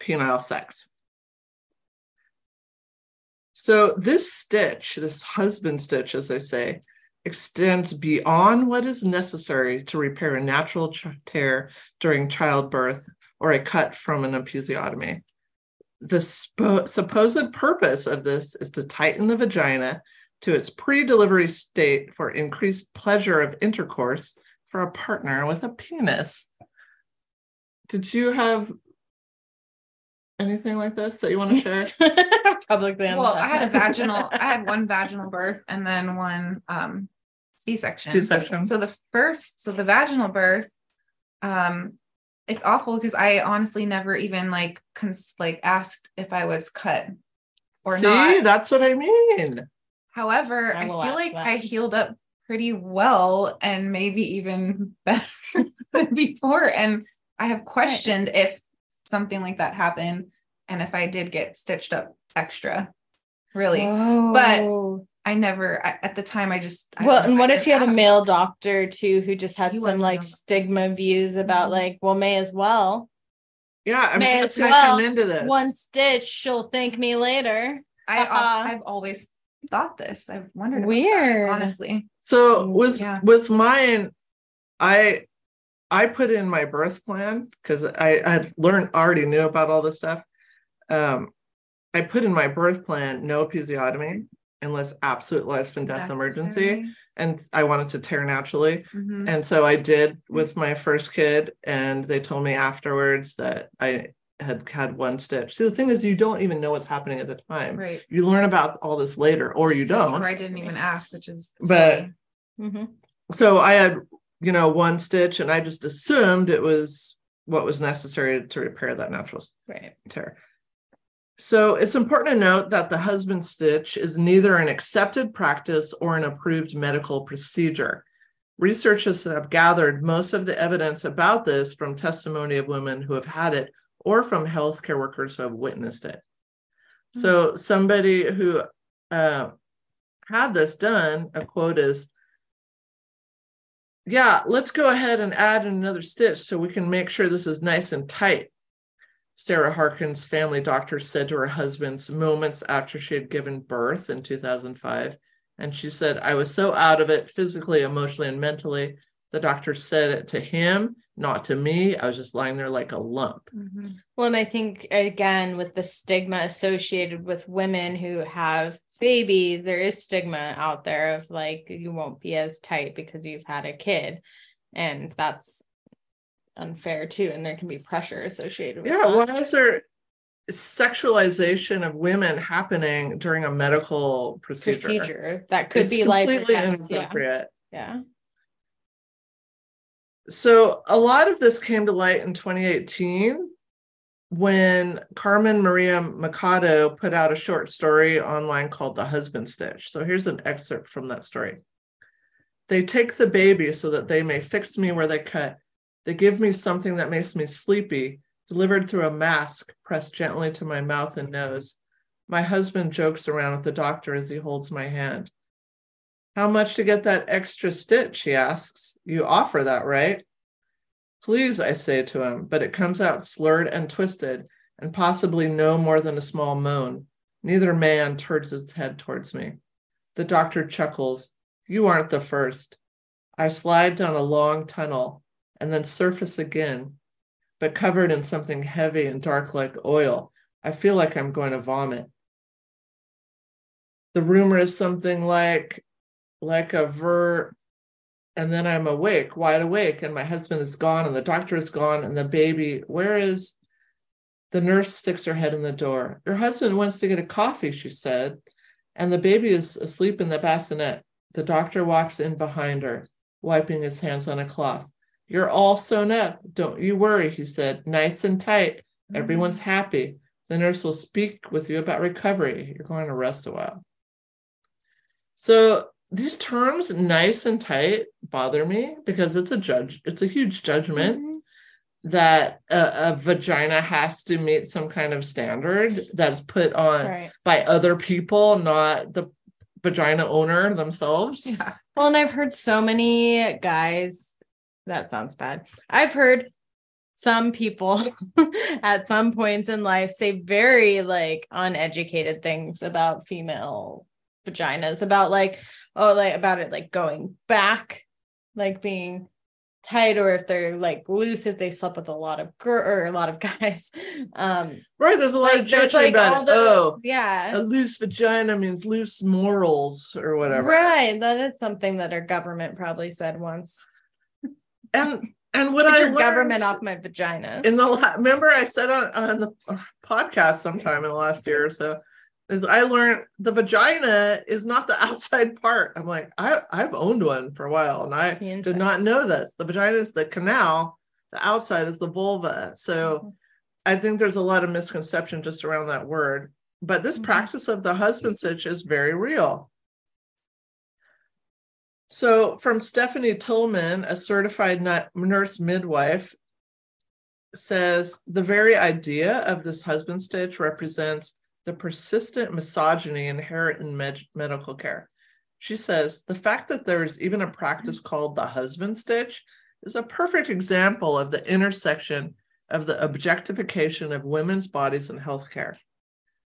S1: penile sex. So this stitch, this husband stitch, as they say, extends beyond what is necessary to repair a natural ch- tear during childbirth or a cut from an episiotomy. The spo- supposed purpose of this is to tighten the vagina to its pre delivery state for increased pleasure of intercourse for a partner with a penis. Did you have anything like this that you want to share?
S2: Publicly, on the
S3: Well, I had a
S2: podcast.
S3: vaginal, I had one vaginal birth and then one um C-section.
S1: C-section.
S3: So the first, so the vaginal birth, um, it's awful because I honestly never even like cons- like asked if I was cut or
S1: See,
S3: not.
S1: that's what I mean.
S3: However,
S2: I
S3: I,
S2: will
S3: feel
S2: ask
S3: like
S2: that.
S3: I healed up pretty well and maybe even better than before. And I have questioned if something like that happened and if I did get stitched up extra. Really,
S2: Oh.
S3: I never I, at the time. I just I
S2: well,
S3: don't
S2: and
S3: know,
S2: what
S3: I
S2: if you had a
S3: didn't
S2: male doctor too who just had
S3: He
S2: some
S3: wasn't
S2: like
S3: on the-
S2: stigma views about
S3: Mhm.
S2: like, well, may as well
S1: Yeah, I'm
S2: May
S1: glad
S2: as
S1: you come
S2: well.
S1: into this.
S2: one stitch, she'll thank me later.
S3: ask. I
S2: Uh-uh.
S3: have always thought this. I've wondered. about that,
S2: Weird.
S3: honestly.
S1: So with
S3: Yeah.
S1: with mine, I I put in my birth plan because I I had learned already knew about all this stuff. Um, I put in my birth plan no episiotomy unless absolute life and death emergency, and I wanted to tear naturally.
S2: Mm-hmm.
S3: Mhm.
S1: And so I did with my first kid, and they told me afterwards that I had had one stitch. See, the thing is, you don't even know what's happening at the time.
S3: Right.
S1: You learn about all this later, or you
S3: So,
S1: don't.
S3: Or I didn't even ask, which is
S1: But-
S3: silly.
S2: hmm
S1: so I had, you know, one stitch, and I just assumed it was what was necessary to repair that natural s-
S2: Right.
S1: tear. So it's important to note that the husband stitch is neither an accepted practice or an approved medical procedure. Researchers have gathered most of the evidence about this from testimony of women who have had it or from healthcare workers who have witnessed it. So somebody who uh, had this done, a quote is, yeah, let's go ahead and add in another stitch so we can make sure this is nice and tight. Sarah Harkin's family doctor said to her husband moments after she had given birth in 2005. And she said, I was so out of it physically, emotionally, and mentally. The doctor said it to him, not to me. I was just lying there like a lump.
S3: Mhm.
S2: Well, and I think again with the stigma associated with women who have babies, there is stigma out there of like you won't be as tight because you've had a kid, and that's unfair too. And there can be pressure associated with
S1: Yeah.
S2: that.
S1: Why is there sexualization of women happening during a medical procedure?
S2: procedure that could
S1: It's
S2: be like
S1: completely
S2: yeah,
S1: inappropriate.
S2: yeah.
S1: so a lot of this came to light in 2018 when Carmen Maria Machado put out a short story online called The Husband Stitch. So here's an excerpt from that story. They take the baby so that they may fix me where they cut. They give me something that makes me sleepy, delivered through a mask pressed gently to my mouth and nose. My husband jokes around with the doctor as he holds my hand. How much to get that extra stitch? He asks. You offer that, right? Please, I say to him, but it comes out slurred and twisted, and possibly no more than a small moan. Neither man turns his head towards me. The doctor chuckles. You aren't the first. I slide down a long tunnel and then surface again, but covered in something heavy and dark like oil. I feel like I'm going to vomit. The rumor is something like, like a ver, and then I'm awake, wide awake, and my husband is gone, and the doctor is gone, and the baby, where is the nurse sticks her head in the door. Your husband wants to get a coffee, she said, and the baby is asleep in the bassinet. The doctor walks in behind her, wiping his hands on a cloth. You're all sewn up. Don't you worry, he said, nice and tight.
S2: Mm-hmm.
S1: Everyone's happy. The nurse will speak with you about recovery. You're going to rest a while. So these terms nice and tight bother me because it's a judge it's a huge judgment
S2: Mhm.
S1: that a, a vagina has to meet some kind of standard that's put on
S2: Right.
S1: by other people not the vagina owner themselves
S3: Yeah.
S2: Well, and I've heard so many guys. That sounds bad. I've heard some people at some points in life say very like uneducated things about female vaginas, about like, oh, like about it like going back, like being tight, or if they're like loose, if they slept with a lot of girl or a lot of guys. Um,
S1: right there's a lot of
S2: like,
S1: judgment
S2: there's like
S1: about
S2: all
S1: it
S2: those,
S1: oh
S2: yeah,
S1: a loose vagina means loose morals or whatever
S2: right. That is something that our government probably said once.
S1: and and what
S2: Get
S1: i
S2: your
S1: learned
S2: government off my vagina.
S1: in the la- remember I said on, on the podcast sometime in the last year or so is I learned the vagina is not the outside part. I'm like I I've owned one for a while and I
S2: The
S1: did
S2: inside.
S1: not know this. The vagina is the canal, the outside is the vulva. So I think there's a lot of misconception just around that word. But this
S2: Mhm.
S1: practice of the husband stitch is very real. So, from Stephanie Tillman, a certified nut- nurse midwife, says the very idea of this husband stitch represents the persistent misogyny inherent in med- medical care. She says the fact that there is even a practice called the husband stitch is a perfect example of the intersection of the objectification of women's bodies in healthcare.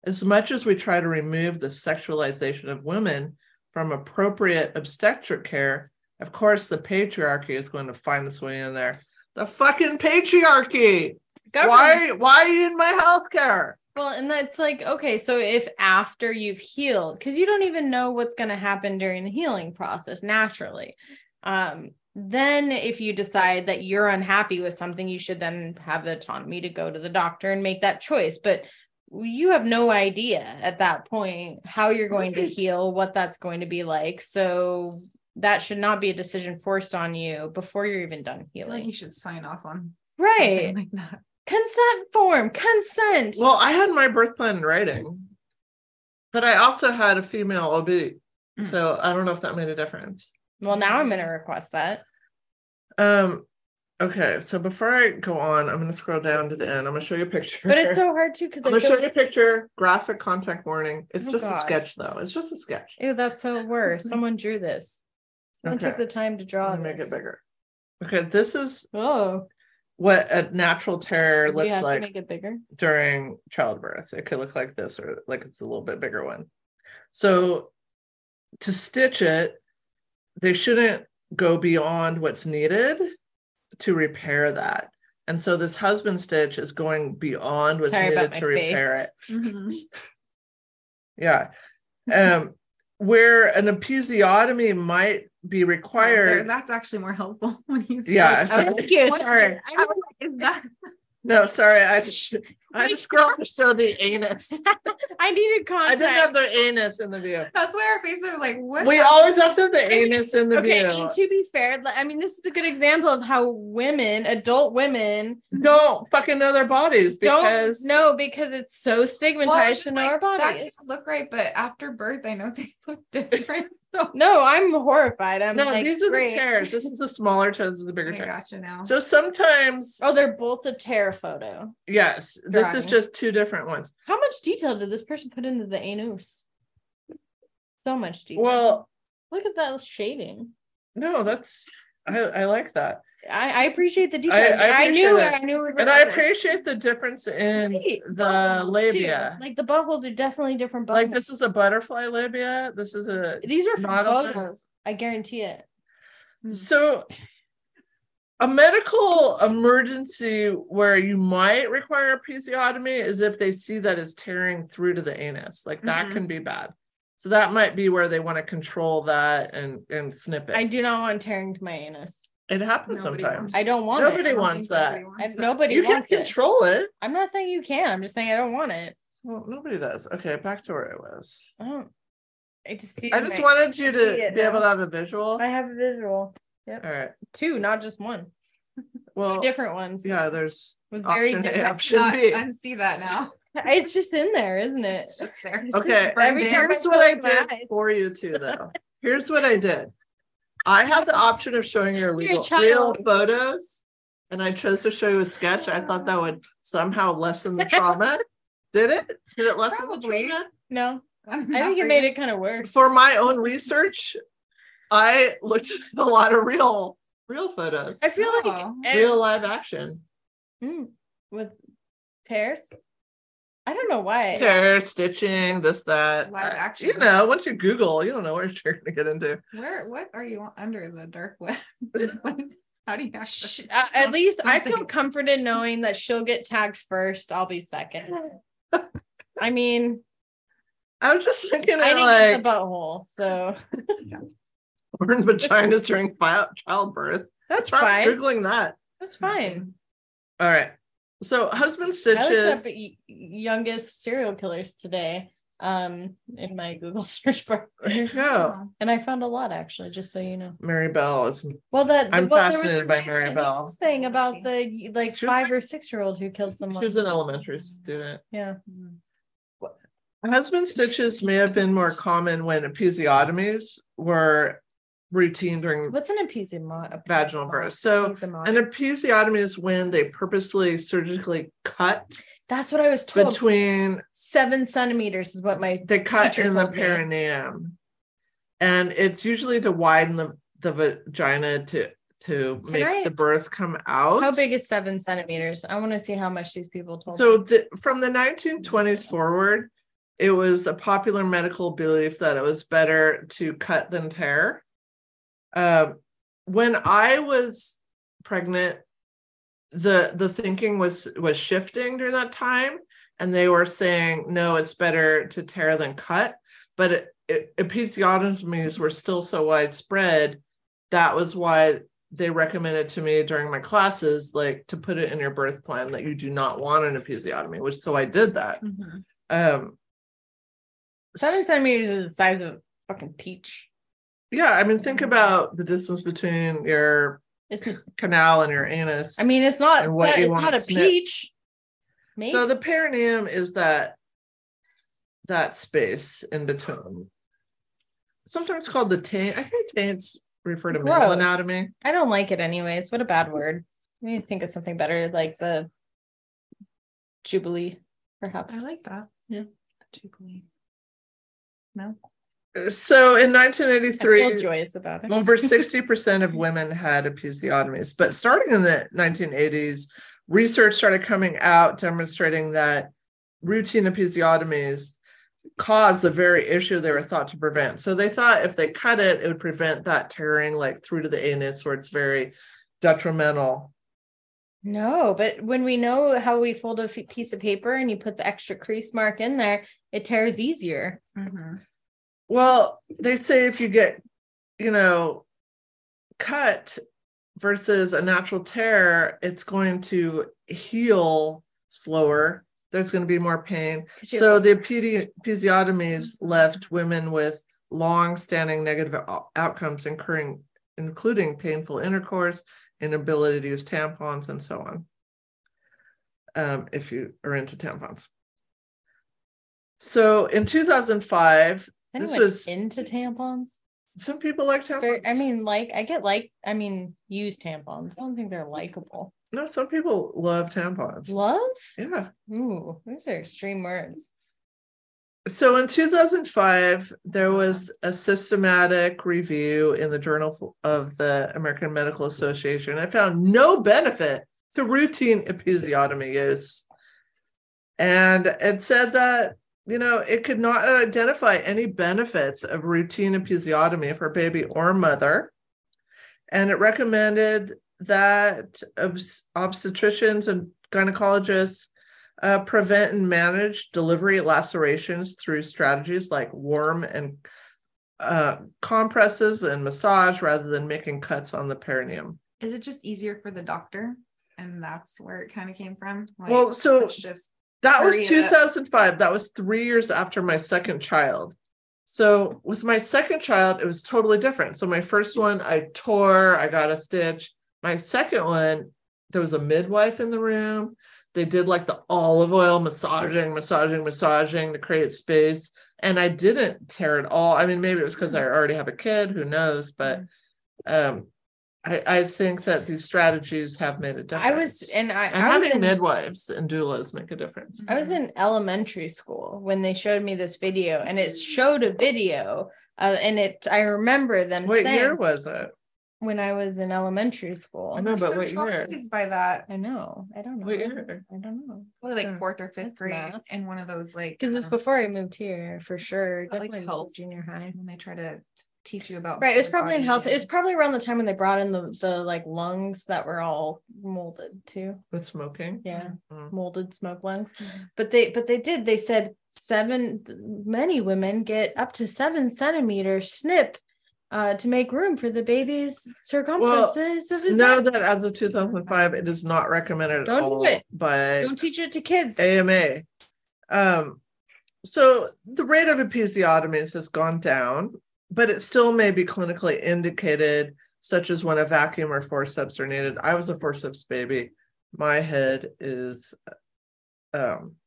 S1: As much as we try to remove the sexualization of women from appropriate obstetric care, of course, the patriarchy is going to find its way in there. The fucking patriarchy. Why? Why are you in my healthcare?
S2: Well, and that's like, okay, so if after you've healed, because you don't even know what's going to happen during the healing process naturally. Um, then if you decide that you're unhappy with something, you should then have the autonomy to go to the doctor and make that choice. But you have no idea at that point how you're going to
S1: Right.
S2: heal, what that's going to be like. So that should not be a decision forced on you before you're even done
S3: I feel like
S2: healing.
S3: you should sign off on
S2: Right.
S3: something like that.
S2: consent form consent
S1: Well, I had my birth plan in writing, but I also had a female OB,
S2: Hmm.
S1: so I don't know if that made a difference.
S2: well now i'm going to request that
S1: Um, okay, so before I go on, I'm going to scroll down to the end. I'm going to show you a picture.
S2: but it's so hard too because
S1: I'm going
S2: it
S1: to show you
S2: goes
S1: a picture. Graphic contact warning. It's
S2: Oh,
S1: just a
S2: God.
S1: sketch, though. It's just a sketch.
S2: Ew, that's so worse someone drew this someone took
S1: Okay.
S2: the time to draw
S1: Let me
S2: this
S1: make it bigger. Okay, this is
S2: oh
S1: what a natural terror
S2: did we
S1: looks
S2: have
S1: like
S2: to make it bigger
S1: during childbirth. It could look like this, or like it's a little bit bigger one. So to stitch it, they shouldn't go beyond what's needed to repair that. And so this husband stitch is going beyond what's
S2: Sorry
S1: needed
S2: about my
S1: to repair
S2: face.
S1: it.
S2: Mm-hmm.
S1: Yeah. Um, where an episiotomy might
S2: Oh,
S1: be
S3: There-
S1: required.
S3: That's actually more helpful when you.
S1: Yeah,
S3: say-
S1: so-
S2: thank you
S3: What is-
S2: sorry
S3: I was like, is that
S1: No, sorry, I just I just scrolled to show the anus.
S2: I needed
S1: I
S2: context.
S1: didn't have the anus in the view.
S3: That's why our faces are like, what?
S1: We always have to have the anus in the
S2: okay,
S1: view.
S2: to be fair, like, I mean, this is a good example of how women, adult women,
S1: Don't fucking know their bodies because
S2: don't know because it's so
S3: Well, I was
S2: stigmatized
S3: just
S2: to know
S3: like,
S2: our
S3: That
S2: bodies.
S3: doesn't look right, but after birth, I know things look different. So
S2: No, I'm horrified. I'm
S1: no,
S2: like,
S1: these are
S2: great.
S1: the tears. This is the smaller toes of the bigger
S3: I
S1: tear.
S3: gotcha now.
S1: So sometimes,
S2: Oh, they're both a tear photo.
S1: yes, this is
S3: Drawing.
S1: just two different ones.
S2: How much detail did this person put into the anus? So much detail.
S1: Well,
S2: look at that shading.
S1: no, that's I, I like that,
S2: I, I appreciate the detail.
S1: I
S2: I,
S1: appreciate
S2: knew
S1: it.
S2: I knew it.
S1: and I appreciate the difference in the labia.
S2: Like the buttholes are definitely different buttholes.
S1: Like this is a butterfly labia. This is a
S2: These are from
S1: Not all the-
S2: photos. I guarantee it. Mm-hmm.
S3: Mhm.
S1: So, a medical emergency where you might require a episiotomy is if they see that it's tearing through to the anus. Like that
S2: Mm-hmm.
S3: Mhm.
S1: can be bad. So that might be where they want to control that and and snip it.
S2: I do not want tearing to my anus.
S1: it happens
S3: Nobody
S1: sometimes.
S3: wants
S2: I don't want
S1: Nobody
S2: it.
S3: don't
S1: wants
S3: think nobody
S1: that.
S2: I,
S3: wants that.
S2: nobody
S1: you can
S2: wants it.
S1: control it.
S2: I'm not saying you can. I'm just saying I don't want it.
S1: Well, nobody does. Okay, back to where I was.
S2: I don't. I just see.
S1: I just
S2: my-
S1: wanted you
S2: see
S1: to
S2: it
S1: be able
S2: now.
S1: to have a visual.
S2: I have a visual.
S1: All right.
S2: Two, not just one.
S1: Well,
S2: different ones.
S1: yeah. There's
S2: With very
S1: option A,
S2: different.
S1: option
S3: Not
S1: B.
S3: unsee that now.
S2: It's just in there, isn't it?
S3: It's just there.
S1: Okay,
S2: burned
S1: every
S2: in.
S1: time
S2: I
S1: here's what I
S2: closed my
S1: did
S2: eyes.
S1: for you too, though. Here's what I did. I had the option of showing your legal, real
S2: child.
S1: photos, and I chose to show you a sketch. I thought that would somehow lessen the trauma. Did it? Did it lessen
S3: Probably.
S1: the trauma?
S2: No, I think it made it kind of worse.
S1: For my own research, I looked at a lot of real, real photos,
S2: I feel like
S3: Oh.
S2: ev-
S1: real live action.
S2: Mm, with tears. I don't know why.
S1: Hair stitching, this, that.
S3: Live
S1: Uh,
S3: action.
S1: You know, once you Google, you don't know what you're going to get into.
S3: Where? What are you on- under the dark web? How do you access?
S2: Sh- uh, at least I feel
S3: Something.
S2: comforted knowing that she'll get tagged first. I'll be second. I mean,
S1: I'm just thinking,
S2: I
S1: at,
S2: didn't
S1: like,
S2: get the butthole, so
S1: Born vaginas during fi- childbirth.
S2: that's
S1: Try
S2: fine.
S1: Googling that.
S2: That's fine.
S1: All right. So husband
S2: I looked
S1: stitches.
S2: up y- youngest serial killers today um in my Google search bar,
S1: There you go.
S3: Oh.
S2: and I found a lot actually. Just so you know.
S1: Mary Bell is
S2: Well, that
S1: I'm
S2: well, there was
S1: fascinated
S2: a
S1: by Mary
S2: recent
S1: Bell.
S2: news Thing about the like
S1: She was
S2: five or six year old who killed someone.
S1: she was an elementary student.
S2: yeah.
S3: Mm.
S1: Husband stitches may have been more common when episiotomies were routine during
S2: What's an episiotomy?
S1: Vaginal birth. So, an episiotomy is when they purposely surgically cut
S2: that's what I was told.
S1: between
S2: Seven centimeters is what my
S1: they cut
S2: teacher
S1: in the
S2: told me.
S1: perineum and it's usually to widen the, the vagina to to make
S2: I-
S1: the birth come out
S2: How big is seven centimeters? I want to see how much these people told.
S1: so
S2: me.
S1: the, from the 1920s forward it was a popular medical belief that it was better to cut than tear um, when i was pregnant the the thinking was was shifting during that time and they were saying no it's better to tear than cut but it, it, episiotomies were still so widespread that was why they recommended to me during my classes like to put it in your birth plan that you do not want an episiotomy which so i did that
S3: Mhm.
S1: um
S2: seven centimeters is the size of a fucking peach.
S1: yeah i mean think about the distance between your
S2: It's,
S1: canal and your anus
S2: I mean, it's not.
S1: And what you
S2: it's
S1: want
S2: not a
S1: snipped.
S2: peach. Maybe.
S1: so the perineum is that that space in between sometimes called the taint i think taints refer to male
S2: Gross.
S1: anatomy
S2: I don't like it anyways. What a bad word. We need to think of something better, like the Jubilee, perhaps.
S3: I like that.
S2: Yeah.
S3: Jubilee. No.
S1: so in
S2: I feel
S1: 1983
S2: joyous about it.
S1: over 60% of women had episiotomies but starting in the 1980s research started coming out demonstrating that routine episiotomies caused the very issue they were thought to prevent so they thought if they cut it it would prevent that tearing like through to the anus where it's very detrimental
S2: No, but when we know how we fold a f- piece of paper and you put the extra crease mark in there, it tears easier.
S3: Mhm.
S1: Well, they say if you get, you know, cut versus a natural tear, it's going to heal slower. There's going to be more pain.
S2: 'Cause you-
S1: So the epi- episiotomies left women with long-standing negative o- outcomes, incurring, including painful intercourse, inability to use tampons, and so on. Um, if you are into tampons. So in 2005, this
S2: Anyone
S1: was-
S2: into tampons.
S1: some people like
S2: It's
S1: tampons.
S2: very- I mean, like I get like I mean, use tampons. I don't think they're likable.
S1: no, some people love tampons.
S2: Love?
S1: Yeah.
S2: Ooh, these are extreme words.
S1: So in 2005, there was a systematic review in the Journal of the American Medical Association. I found no benefit to routine episiotomy use. And it said that, you know, it could not identify any benefits of routine episiotomy for baby or mother. And it recommended that obs- obstetricians and gynecologists uh, prevent and manage delivery lacerations through strategies like warm and uh, compresses and massage rather than making cuts on the perineum.
S3: Is it just easier for the doctor? And that's where it kind of came from. Like,
S1: Well, so
S3: it's just
S1: that was
S3: Hurry it up.
S1: 2005. That was three years after my second child. So with my second child, it was totally different. So my first
S2: Mm.
S1: one, I tore, I got a stitch. My second one, there was a midwife in the room. They did like the olive oil massaging, massaging, massaging to create space. And I didn't tear at all. I mean, maybe it was because I
S2: Mm.
S1: already have a kid, who knows?
S3: mm.
S1: But um, I, I think that these strategies have made a difference.
S2: I was and I,
S1: And
S2: I was
S1: having
S2: in-
S1: midwives and doulas make a difference.
S2: I was in elementary school when they showed me this video, and it showed a video, uh, and it. I remember them
S1: What
S2: saying
S1: year was it?
S2: when I was in elementary school.
S1: I know,
S3: We're
S1: but
S3: so
S1: what year?
S3: traumatized by that.
S2: I know. I don't know.
S1: What year?
S2: I don't know
S3: Probably
S1: Yeah.
S3: like fourth or fifth
S2: That's
S3: grade,
S2: math.
S3: and one of those like
S2: because it's
S3: um,
S2: before I moved here for sure.
S3: But, like,
S2: Definitely
S3: health.
S2: like junior high.
S3: when they try to t- teach you about
S2: Right, it was
S3: your
S2: probably in
S3: body
S2: health. It was
S3: and-
S2: probably around the time when they brought in the the like lungs that were all molded too.
S1: With smoking?
S2: Yeah,
S3: Mm-hmm.
S1: Mm.
S2: molded smoke lungs.
S3: Mhm.
S2: But they but they did. They said seven. Many women get up to seven centimeter snip uh, to make room for the baby's circumferences of his.
S1: Know
S2: neck.
S1: that as of 2005, it is not recommended at
S2: Don't do
S1: all
S2: it.
S1: by
S2: don't teach it to kids.
S1: AMA. Um, so the rate of episiotomies has gone down, but it still may be clinically indicated, such as when a vacuum or forceps are needed. I was a forceps baby. My head is um,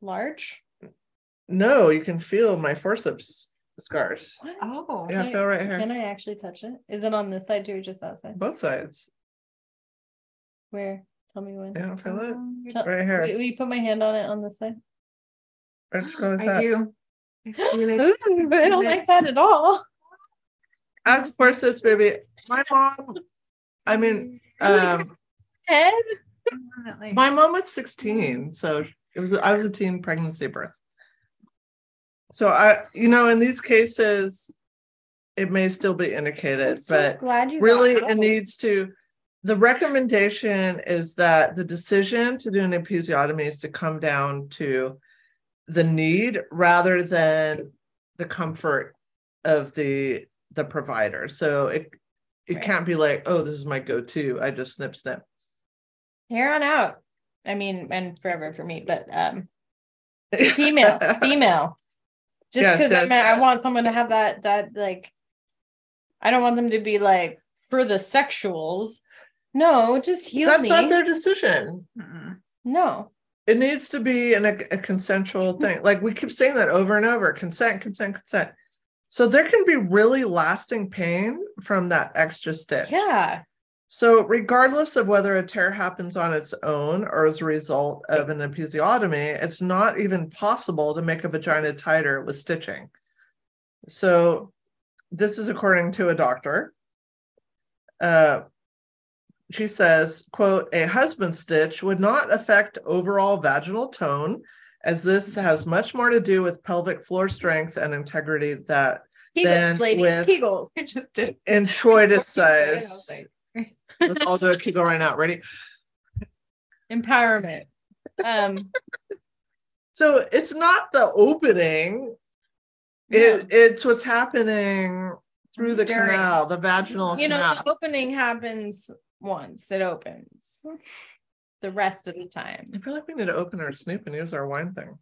S2: Large.
S1: no, you can feel my forceps scars.
S2: What?
S3: Oh,
S1: Yeah, I
S2: Okay.
S1: feel right here.
S2: Can I actually touch it? Is it on this side too, or just that side?
S1: Both sides.
S2: Where? Tell me when.
S1: Yeah, I feel it.
S3: um,
S2: Tell-
S1: Right here.
S2: Wait, will you put my hand on it on this side?
S1: I just go like
S3: I
S1: that.
S3: do. I feel it.
S2: Ooh, I don't like that at all.
S1: As a forces baby, my mom, I mean, um,
S2: Head.
S3: Definitely.
S1: my mom was 16, so it was I was a teen pregnancy birth. So I, you know, in these cases, it may still be indicated, but
S2: glad you got
S1: really it
S2: out.
S1: needs to the recommendation is that the decision to do an episiotomy is to come down to the need rather than the comfort of the the provider so it it
S2: Right.
S1: can't be like oh this is my go-to i just snip snip
S2: here on out. I mean, and forever for me, but um, female, female. Just
S1: Yes,
S2: because I
S1: yes.
S2: mean, I want someone to have that that like. I don't want them to be like for the sexuals. No, just heal
S1: that's
S2: me.
S1: not their decision
S3: Mm-mm.
S2: no,
S1: it needs to be an, a, a consensual
S2: Mm-hmm.
S1: thing like we keep saying that over and over consent consent consent so there can be really lasting pain from that extra stitch
S2: yeah,
S1: So, regardless of whether a tear happens on its own or as a result of an episiotomy, it's not even possible to make a vagina tighter with stitching. So, this is according to a doctor. Uh, she says, quote, a husband stitch would not affect overall vaginal tone, as this has much more to do with pelvic floor strength and integrity that Then
S2: Kegels, ladies,
S1: with-
S2: Kegels.
S3: I just did.
S1: entroid
S3: What you
S1: its
S3: said, I was
S1: size.
S3: like,
S1: Let's all do a Kegel right now. Ready?
S2: empowerment. Um,
S1: So it's not the opening.
S2: yeah.
S1: It, it's what's happening through the
S3: During-
S1: canal, the vaginal
S2: you know,
S1: canal.
S2: the opening happens once it opens. The rest of the time,
S1: I feel like we need to open our Snoop and use our wine thing.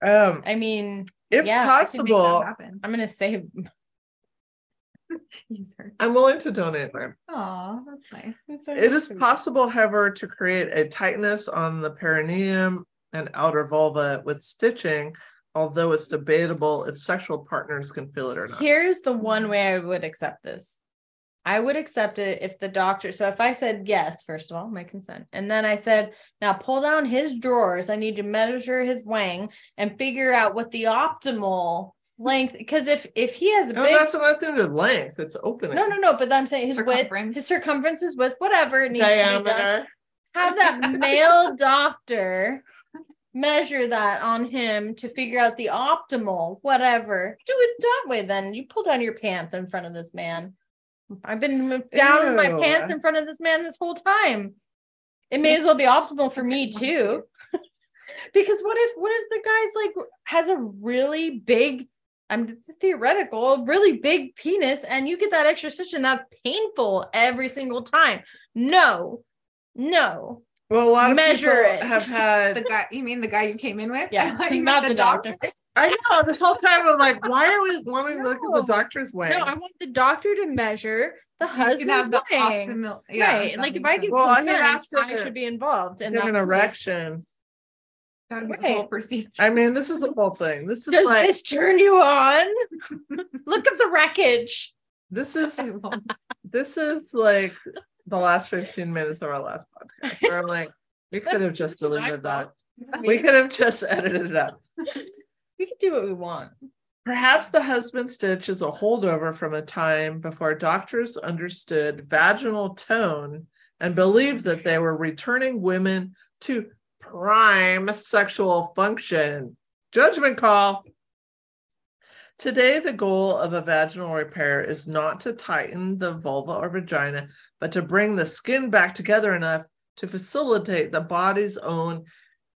S1: Um,
S2: I mean,
S1: if
S2: yeah, I can
S3: Make that
S1: possible,
S3: happen.
S2: I'm gonna say
S3: Use her.
S1: I'm willing to donate mine.
S3: Aw, that's nice.
S1: It is possible, however, to create a tightness on the perineum and outer vulva with stitching, although it's debatable if sexual partners can feel it or not.
S2: Here's the one way I would accept this. I would accept it if the doctor. So if I said yes, first of all, my consent, and then I said, now pull down his drawers. I need to measure his wang and figure out what the optimal length. Because if if he has a
S1: no,
S2: big
S1: that's nothing to do with length. It's opening.
S2: no no no, but I'm saying his width,
S3: Circumference.
S2: his circumference, his width, whatever it needs to be done
S1: Diameter.
S2: have that male doctor measure that on him to figure out the optimal whatever. Do it that way then. You pull down your pants in front of this man. I've been down with my
S1: Ew.
S2: pants in front of this man this whole time. It may as well be optimal for me too. because what if what if the guy's like has a really big I'm this is theoretical, really big penis, and you get that extra stitch, and that's painful every single time. No, no,
S1: Well, a lot of
S2: Measure
S1: people
S2: it.
S1: have had
S3: The guy, you mean the guy you came in with?
S2: yeah,
S3: you meant
S2: not the, doctor.
S1: I know this whole time I'm like, why are we wanting to look at the
S2: No.
S1: doctor's way?
S2: No, I want the doctor to measure the
S3: So you can
S2: husband's
S3: have the
S2: wang.
S3: optimal- yeah,
S2: right,
S3: that
S2: like if
S3: makes
S2: I give
S3: sense.
S1: Well, I mean,
S2: consent,
S1: after
S2: I should be involved and
S1: Give an
S2: not-
S1: erection.
S3: That would be
S2: Right.
S3: the whole procedure.
S1: I mean, this is the whole thing. This is
S2: Does
S1: like
S2: this turn you on? Look at the wreckage.
S1: this is this is like the last 15 minutes of our last podcast where I'm like, we could have just deleted that. We could have just edited it up.
S2: We can do what we want.
S1: Perhaps the husband stitch is a holdover from a time before doctors understood vaginal tone and believed that they were returning women to prime sexual function. Judgment call. Today, the goal of a vaginal repair is not to tighten the vulva or vagina, but to bring the skin back together enough to facilitate the body's own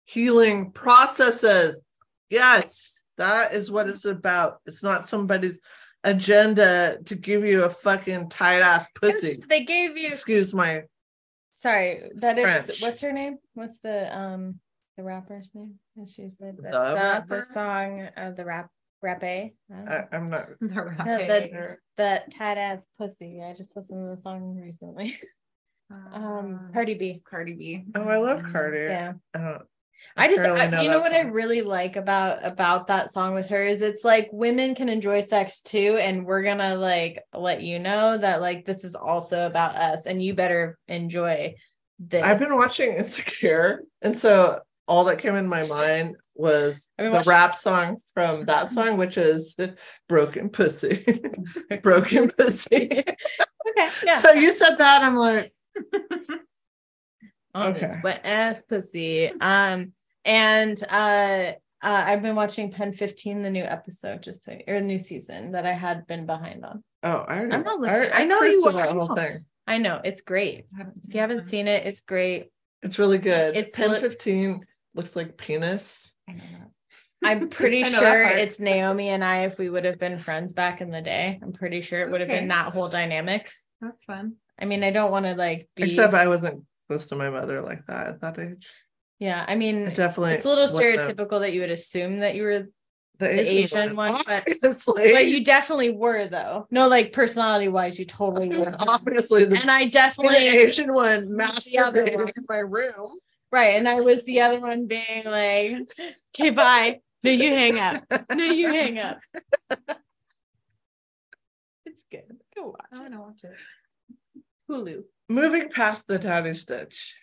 S1: healing processes. Yes, that is what it's about. It's not somebody's agenda to give you a fucking tight ass pussy.
S2: They gave you
S1: Excuse my
S2: Sorry, that is
S1: French.
S2: what's her name? What's the um the rapper's name? And she said the,
S1: The
S2: so-
S1: rapper? Uh,
S2: the song uh, the rap rappe.
S1: I, I'm not
S3: The
S2: that-
S3: rocket.
S2: the tight ass pussy. I just listened to the song recently. Um Cardi B.
S3: Ah, Cardi B. Mm,
S1: Oh, I love Cardi.
S2: Yeah.
S1: I, don't,
S2: I just
S1: barely
S2: I, you know
S1: that
S2: what I
S1: song.
S2: really like about about that song with her is it's like women can enjoy sex too and we're going to like let you know that like this is also about us and you better enjoy this.
S1: I've been watching Insecure, and so all that came in my mind was
S2: I've been Mhm.
S1: the
S2: watching-
S1: rap song from that song, which is "Broken Pussy," "Broken Pussy."
S2: okay. Yeah.
S1: So you said that, I'm like,
S2: on this
S1: Okay.
S2: wet ass pussy. Um, and uh, uh, I've been watching Pen 15, the new episode, just so, or new season that I had been behind on.
S1: "Oh, I already,
S2: I'm not
S1: I,
S2: looking-
S1: I,
S2: I know you
S1: cursed
S2: are.
S1: that
S2: I
S1: whole
S2: know.
S1: thing.
S2: I know it's great. If you
S1: Mm-hmm.
S2: haven't seen it, it's great.
S1: It's really good.
S2: It's
S1: Pen
S2: lit-
S1: fifteen looks like penis.
S3: I know that.
S2: I'm pretty
S3: I know that
S2: sure
S3: part.
S2: it's Naomi and I. If we would have been friends back in the day, I'm pretty sure it would have
S3: Okay.
S2: been that whole dynamic.
S3: That's fun.
S2: I mean, I don't want to like be.
S1: Except I wasn't close to my mother like that at that age.
S2: yeah, I
S1: I
S2: mean,
S1: definitely.
S2: it's a little
S1: wasn't
S2: stereotypical that you would assume that you were
S1: The
S2: Asian one, but-
S1: obviously.
S2: but you definitely were though. No, like personality wise, you totally were.
S1: obviously the
S2: And I
S1: the
S2: definitely
S1: Asian one
S2: the other one.
S1: masturbated in my room.
S2: right, and I was the other one being like, "Okay, bye. No, you hang up. No, you hang up." It's good. Go
S3: I
S2: watch
S3: want to watch it.
S2: it. Hulu.
S1: Moving past the daddy stitch,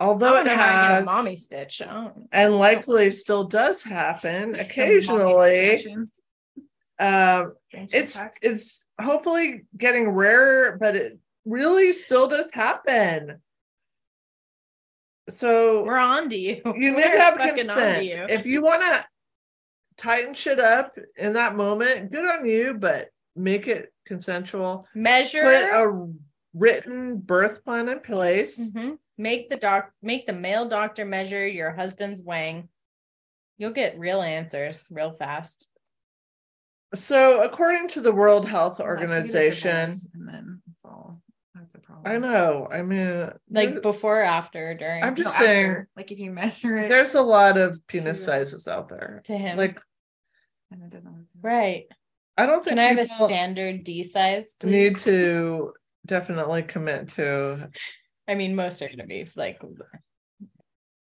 S1: although
S2: Oh, I
S1: it
S2: don't know how I get a
S1: has
S2: mommy Oh. stitch. I don't-
S1: and likely still does happen occasionally, um, it's it's hopefully getting rarer, but it really still does happen. So
S2: We're on to you.
S1: you need
S2: We're
S1: to have
S2: fucking on to
S1: consent.
S2: you.
S1: If you want to tighten shit up in that moment, good on you, but make it consensual.
S2: Measure.
S1: Put a written birth plan in place.
S2: Mhm. Make the doc. Make the male doctor measure your husband's wang. You'll get real answers real fast.
S1: So, according to the World Health
S3: Unless you get a
S1: Organization,
S3: divorce And then it's all- that's a problem.
S1: I know. I mean,
S2: Like before, after, during
S1: I'm
S3: No,
S1: just saying-
S3: after, like if you measure it,
S1: there's a lot of penis
S3: Sure.
S1: sizes out there.
S2: to him.
S1: Like,
S3: and it doesn't work.
S2: right.
S1: I don't think
S2: Can I have a
S1: people
S2: standard D size? please?
S1: need to definitely commit to.
S2: I mean, most are going to be like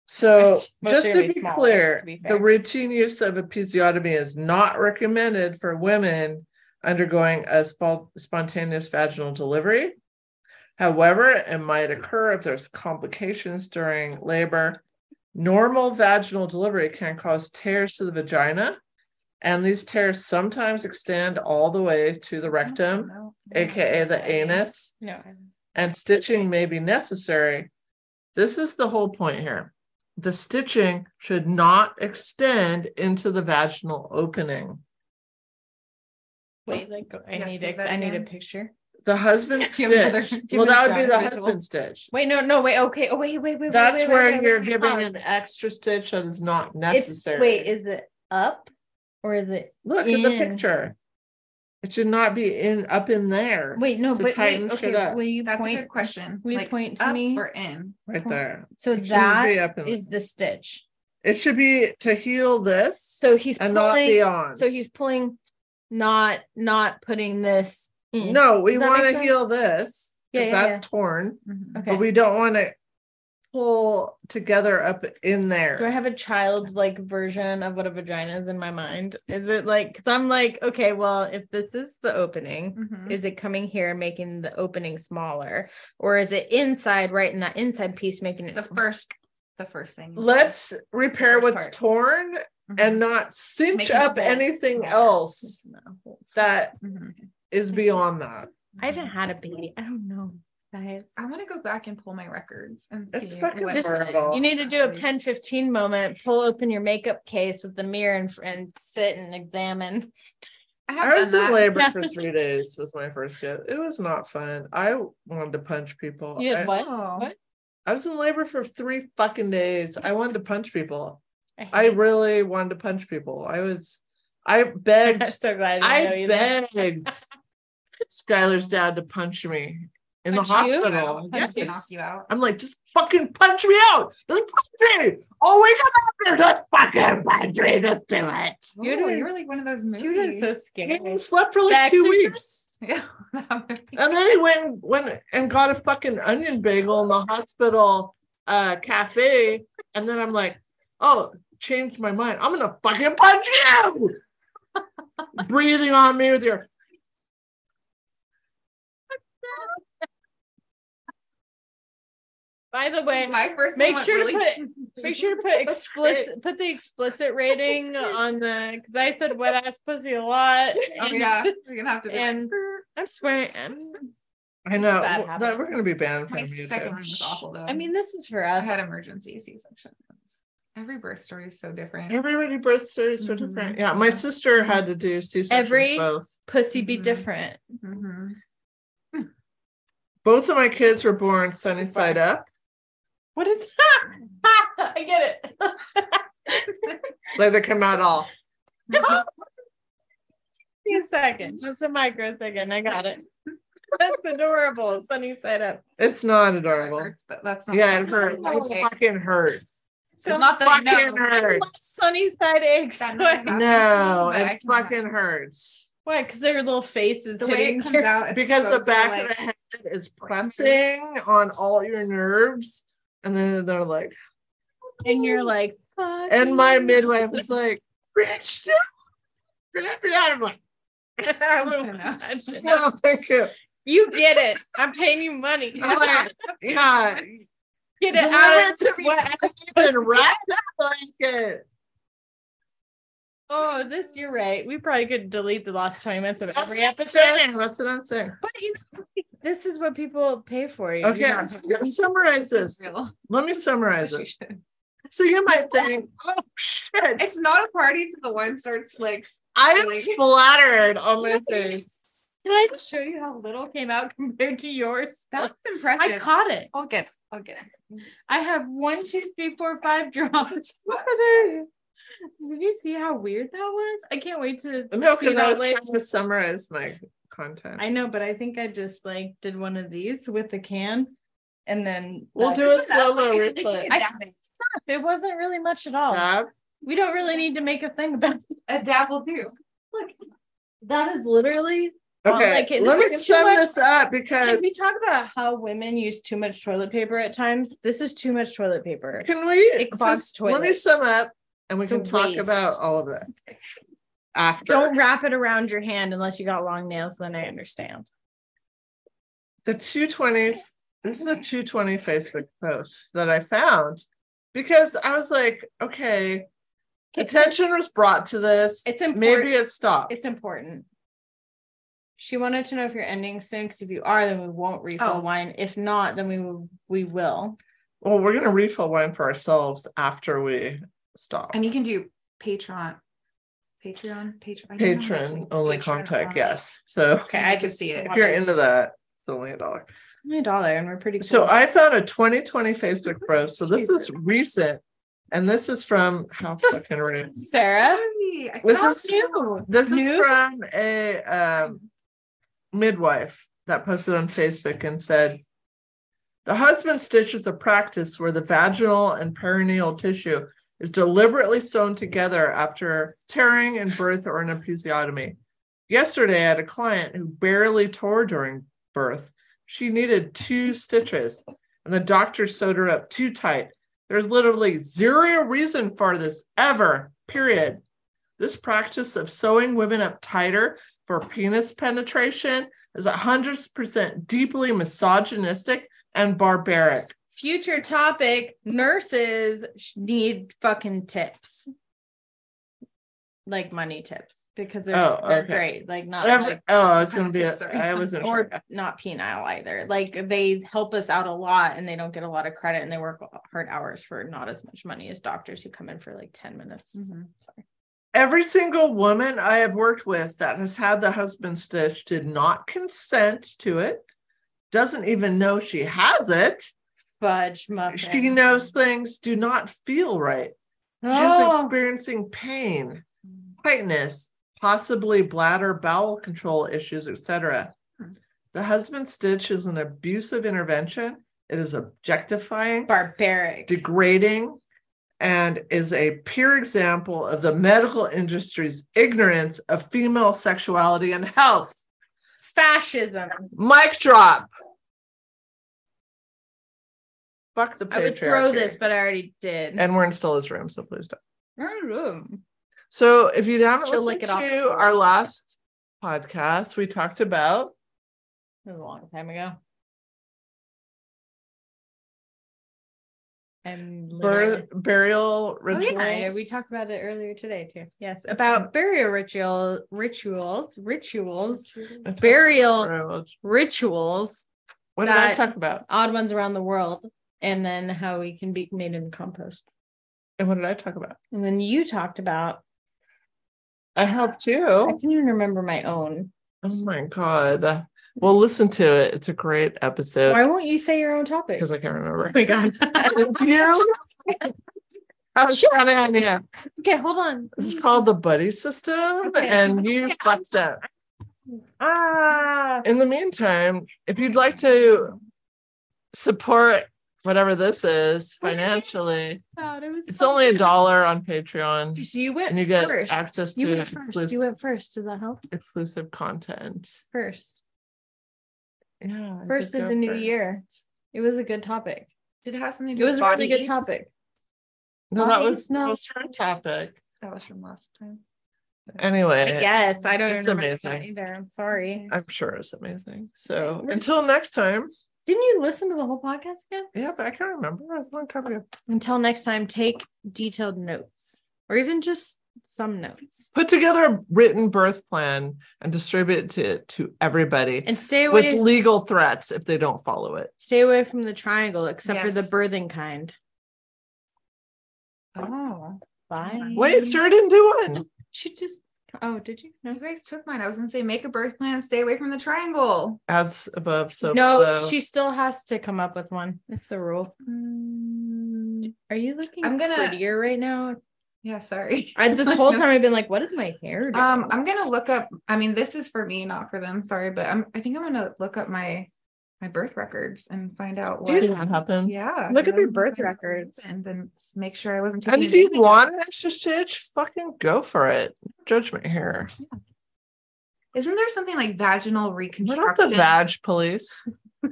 S1: So,
S2: Most are
S1: just
S2: gonna
S1: to
S2: be
S1: be
S2: smaller,
S1: clear,
S2: to be fair.
S1: the routine use of episiotomy is not recommended for women undergoing a spo- spontaneous vaginal delivery. However, it might occur if there's complications during labor. Normal vaginal delivery can cause tears to the vagina, and these tears sometimes extend all the way to the rectum,
S3: No, no,
S1: aka the
S3: sorry.
S1: anus,
S2: no.
S1: and stitching may be necessary. This is the whole point here. The stitching should not extend into the vaginal opening. Oh,
S2: Wait, like I
S3: Yeah,
S2: need
S3: say
S2: a,
S3: that
S2: I need a
S3: again.
S2: picture.
S1: The husband
S3: You have another-
S1: stitch.
S3: do you
S1: Well,
S3: have
S1: that
S3: another
S1: would be the
S3: visual?
S1: husband stitch.
S2: Wait, no, no, wait. Okay. Oh, wait, wait, wait.
S1: That's
S2: wait, wait,
S1: where
S2: wait,
S1: you're
S2: wait,
S1: giving
S2: pause.
S1: an extra stitch that is not
S2: It's,
S1: necessary.
S2: wait, is it up or is it?
S1: Look at the
S2: in.
S1: picture. It should not be in up in there,
S2: Wait, no,
S1: To
S2: but wait,
S1: tighten shit
S2: okay.
S1: up.
S2: Will you
S3: That's
S2: point?
S3: a good question.
S2: will you point to
S3: up
S2: me?
S3: or in?
S1: right there.
S2: So
S1: It shouldn't be
S2: that
S1: up in.
S2: is the stitch.
S1: it should be to heal this
S2: So he's
S1: and not
S2: pulling.
S1: beyond.
S2: So he's pulling, not not putting this. in.
S1: No, we
S2: Does that
S1: want
S2: make
S1: to
S2: sense?
S1: heal this
S2: Yeah,
S1: because
S2: yeah,
S1: that's
S2: yeah.
S1: torn,
S3: Mhm.
S2: Okay.
S1: but we don't want to pull together up in there.
S2: Do I have a child like version of what a vagina is in my mind? Is it like because I'm like, okay, well, if this is the opening,
S1: Mm-hmm.
S3: Mhm.
S2: is it coming here and making the opening smaller? Or is it inside, right in that inside piece, making it
S3: the first, Mm-hmm. the first thing. you
S1: Let's repair
S3: First
S1: what's
S3: part.
S1: torn
S3: said. Mhm.
S1: and not cinch
S3: Making the
S1: up
S3: hole
S1: anything
S3: smaller.
S1: else
S2: No.
S1: that
S3: Mhm.
S2: Mm-hmm.
S1: is beyond that.
S2: I haven't had a baby. I don't know, guys.
S3: I want to go back and pull my records and
S1: It's
S3: see.
S1: fucking
S3: what-
S2: Just-
S1: horrible.
S2: You need to do a
S3: Exactly.
S2: 10 15 moment, pull open your makeup case with the mirror and, and sit and examine.
S3: I, have
S1: I was in
S3: done that.
S1: labor
S2: Yeah.
S1: for three days with my first kid. It was not fun. I wanted to punch people.
S2: You
S1: I,
S2: had what?
S3: Oh.
S2: What?
S1: I was in labor for three fucking days. I wanted to punch people. I
S2: hate-
S1: really wanted to punch people. I was, I begged
S2: I'm so glad I didn't know
S1: I
S2: you then.
S1: begged Skylar's dad to punch me in the
S2: Punch you?
S1: hospital.
S3: I'll just
S2: Yes.
S3: knock you out.
S1: I'm like, just fucking punch me out. Just punch me. Oh, wake up after. Just fucking punch me. Just do it.
S3: You
S2: Ooh,
S3: were, you
S2: it's-
S3: were like one of those movies.
S2: You were so
S1: He
S2: scary.
S1: hadn't slept for like
S2: The
S1: two
S2: Exorcist?
S1: weeks.
S3: yeah. that would
S2: Oh,
S3: be-
S1: And then he went, went and got a fucking onion bagel in the hospital uh, cafe. And then I'm like, oh, changed my mind. I'm going to fucking punch you. Breathing on me with your
S2: By the way,
S3: Oh my first.
S2: Make
S3: one went
S2: sure to
S3: really-
S2: Make sure to put explicit put the explicit rating on the because I said wet ass pussy a lot.
S3: Oh
S2: and
S3: yeah, we're gonna have to. be like,
S2: and-
S3: "Brr."
S2: I'm swearing. I'm,
S1: I
S2: It's a
S1: know
S2: bad
S1: well,
S2: habit.
S1: that we're going to be banned from
S3: my
S1: YouTube.
S3: second one was awful though.
S2: I mean, this is for
S3: I
S2: us.
S3: had emergency C section. Every birth story is so different.
S1: Everybody birth stories are
S3: Mhm.
S1: different. Mm-hmm. Yeah, my sister had to do C section.
S2: Every-
S1: both.
S2: Pussy be
S3: Mhm.
S2: different.
S3: Mhm.
S1: Both of my kids were born sunny
S3: Super.
S1: side up.
S2: What is that? I get it.
S1: Like they come out all.
S3: Mm-hmm.
S2: Give me a second, just a microsecond. I got it. That's adorable. Sunny side up.
S1: It's not
S3: That
S1: adorable.
S3: hurts, but That's not.
S1: Yeah, it hurts. It
S3: Okay.
S1: fucking hurts.
S3: So
S2: Some
S3: not that I
S1: fucking
S3: know.
S1: hurts.
S2: sunny side eggs.
S3: That never happened to me,
S1: No,
S3: but I
S1: it
S3: can
S1: fucking
S3: imagine.
S1: hurts
S2: Why? Because their little faces
S3: The way
S2: hitting
S3: it comes
S2: your-
S3: out it's
S1: because
S3: so-
S1: the
S3: so,
S1: back
S3: like,
S1: of the head is pressing on all your nerves, and then they're like,
S2: and you're like. fuck
S1: and my
S2: you.
S1: midwife is like, "Bitch, don't- I'm like,
S2: I won't
S3: I know.
S2: touch it.
S1: no, thank you.
S2: You get it. I'm paying you money.
S1: I'm like, yeah,
S2: Get it out
S1: deliver
S2: of
S1: it to me
S2: what?
S1: and wrap that blanket.
S2: Oh, this you're right. We probably could delete the last 20 minutes of
S1: That's
S2: every
S1: what I'm
S2: episode.
S1: saying. That's what I'm saying.
S2: But you know, this is what people pay for you.
S1: Okay,
S2: Yeah.
S1: I'm gonna summarize this.
S3: real.
S1: Let me summarize
S3: You
S1: it.
S3: should.
S1: So you might think, oh shit,
S3: It's not a party to the one starts like
S1: I am
S3: like-
S1: splattered on my face.
S2: Can I just show you how little came out compared to yours?
S3: That's
S2: I
S3: impressive.
S2: caught it.
S3: I'll get. I'll get.
S2: I have one, two, three, four, five drops. Did you see how weird that was? I can't wait to
S1: No,
S2: see
S1: because I
S2: that
S1: was
S2: later.
S1: trying to summarize my content.
S2: I know, but I think I just like did one of these with the can and then
S1: We'll
S2: that-
S1: do a slow mo
S2: I-
S1: replay.
S2: It wasn't really much at all.
S1: Rob,
S2: We don't really need to make a thing about it.
S3: A dabble do.
S2: Look, that is literally Oh,
S1: Okay,
S2: okay, this
S1: let me
S2: is too
S1: sum
S2: much-
S1: this up
S2: Like,
S1: because
S2: we talk about how women use too much toilet paper at times. This is too much toilet paper.
S1: can we
S2: It clogs
S1: just, let me
S2: toilets.
S1: sum up and we
S2: It's a
S1: can talk about
S2: waste.
S1: all of this after.
S2: Don't wrap it around your hand unless you got long nails, then I understand.
S1: the 220 this is a 220 facebook post that i found because i was like okay attention was brought to this
S2: It's important.
S1: maybe it stopped
S2: it's important. She wanted to know if you're ending soon because if you are, then we won't refill
S3: Oh.
S2: wine. If not, then we will, we will.
S1: well we're going to refill wine for ourselves after we stop
S3: And you can do Patreon. Patreon, Patreon,
S1: patron only contact yes so
S2: Okay,
S3: I
S2: I
S3: can
S2: just
S3: see it.
S1: if you're
S2: watched-
S1: into that it's only a dollar
S2: only a dollar, and we're pretty. Cool.
S1: so i found a 2020 facebook post so this is recent and this is from how fucking rude
S2: Sarah,
S1: This
S2: how
S1: is-
S2: new?
S1: this is
S2: New?
S1: from a um midwife that posted on Facebook and said, The husband stitch is a practice where the vaginal and perineal tissue is deliberately sewn together after tearing in birth or an episiotomy. Yesterday, I had a client who barely tore during birth. She needed two stitches, and the doctor sewed her up too tight. There's literally zero reason for this ever, period. This practice of sewing women up tighter for penis penetration is 100% deeply misogynistic and barbaric.
S2: Future topic: Nurses sh- need fucking tips, like money tips, because they're,
S1: Oh,
S2: they're
S1: okay.
S2: great. Like not
S1: Every-
S2: like,
S1: oh, it's going to be, a,
S3: Sorry.
S1: I wasn't
S2: or
S1: sure.
S2: not penile either. Like they help us out a lot, and they don't get a lot of credit, and they work hard hours for not as much money as doctors who come in for like ten minutes.
S3: Mm-hmm.
S1: Every single woman I have worked with that has had the husband stitch did not consent to it, doesn't even know she has it.
S2: Fudge muffin.
S1: She knows things do not feel right. She's
S2: Oh,
S1: experiencing pain, tightness, possibly bladder bowel control issues, etc.
S3: Hmm.
S1: The husband stitch is an abusive intervention. It is objectifying,
S2: barbaric.
S1: degrading, and is a pure example of the medical industry's ignorance of female sexuality and health.
S2: Fascism.
S1: Mic drop. Fuck the patriarchy.
S2: I would throw this, but I already did.
S1: and we're in Stella's room, so please don't.
S2: Mm.
S1: So if you haven't
S2: She'll
S1: listened
S2: lick it off
S1: to
S2: before.
S1: our last podcast, we talked about
S2: That was a long time ago. And Oh,
S1: birth, burial rituals.
S2: we talked about it earlier today too. Yes, about burial ritual rituals, rituals,
S1: I talked
S2: burial
S1: about-
S2: rituals,
S1: What did I
S2: Oh, that-
S1: talk about?
S2: odd ones around the world, and then how we can be made in compost.
S1: And what did I talk about?
S2: And then you talked about
S1: I helped
S2: I
S1: you.
S2: can't even remember my own.
S1: Oh my god. Well, listen to it. It's a great episode
S2: Why won't you say your own topic?
S1: because Uh, I can't remember.
S2: my god.
S1: If you- I was trying to idea.
S2: okay, hold on.
S1: This is called the buddy system,
S2: Okay.
S1: and you fucked up.
S2: Ah.
S1: In the meantime, if you'd like to support whatever this is financially.
S2: God, it was
S1: It's
S2: Oh, so
S1: only a
S2: good.
S1: dollar on Patreon,
S2: So you went
S1: and you get
S2: first.
S1: access
S2: You
S1: to
S2: went first.
S1: exclusive-
S2: You went first. Does that help?
S1: exclusive content.
S2: First.
S1: Yeah. I
S2: First
S1: did
S2: of
S1: go
S2: the new year.
S1: first.
S2: It was a good topic.
S3: Did it have something to
S2: It
S3: do
S2: was
S3: with
S2: a really
S3: body
S2: good
S3: aches?
S2: topic.
S1: No, that
S2: Why?
S1: was that
S2: No.
S1: was her topic.
S3: That was from last time.
S1: Anyway,
S2: Yes, I don't
S1: Uh, It's
S2: remember that
S1: amazing.
S2: either. I'm sorry.
S1: I'm sure it's amazing. So
S2: Nice.
S1: until next time.
S2: Didn't you listen to the whole podcast again?
S1: Yeah, but I can't remember. It was a long time ago.
S2: Until next time, take detailed notes or even just some notes
S1: Put together a written birth plan and distribute it to everybody
S2: and stay away.
S1: with legal threats if they don't follow it.
S2: stay away from the triangle, except for the
S3: Yes.
S2: birthing kind.
S3: Oh,
S2: Bye.
S3: Mm-hmm.
S1: Wait, Sarah didn't do one.
S2: She just. Oh, did you? No.
S3: you guys took mine. I was gonna say make a birth plan and stay away from the triangle.
S1: As above, so
S2: no,
S1: below.
S2: she still has to come up with one. That's the rule.
S3: Mm,
S2: Are you looking
S3: I'm gonna-
S2: prettier right now?
S3: Yeah, sorry.
S2: I, this whole time I've been like, what is my hair? Doing?
S3: Um, I'm gonna look up. I mean, this is for me, not for them. Sorry, but I'm. I think I'm gonna look up my my birth records and find out what.
S1: Did that happen?
S3: Yeah.
S2: Look up
S3: what
S2: your birth
S3: happened
S2: records.
S3: and then s- make sure I wasn't.
S1: And
S3: taking
S1: if you
S3: advantage.
S1: want an extra stitch, fucking go for it. No Judgment here.
S3: isn't there something like vaginal
S1: We're
S3: reconstruction?
S1: not the vag police.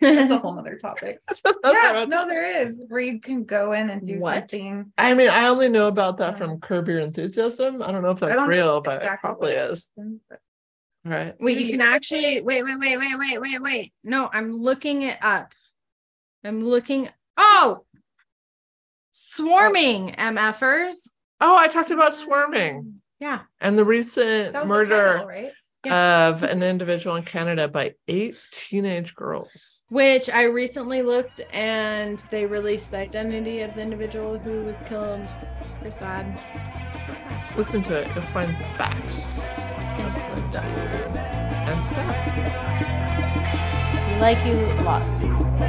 S3: That's a whole nother topic. yeah, no, there is where you can go in and do
S2: What?
S3: something.
S1: I mean, I only know about that from Curb Your Enthusiasm. I don't know if that's
S3: don't know
S1: real, but it
S3: exactly what
S1: probably
S3: it
S1: is. All right.
S2: Wait, you can actually wait, wait, wait, wait, wait, wait, wait. No, I'm looking it up. I'm looking. Oh, swarming MFers.
S1: Oh, I talked about swarming
S2: Yeah.
S1: and the recent
S3: That was the title,
S1: murder
S3: right?
S1: of an individual in Canada by eight teenage girls.
S2: Which I recently looked and they released the identity of the individual who was killed. Super sad. Super sad.
S1: Listen to it. You'll find facts
S2: It's so dumb.
S1: and stuff.
S2: Like you lots.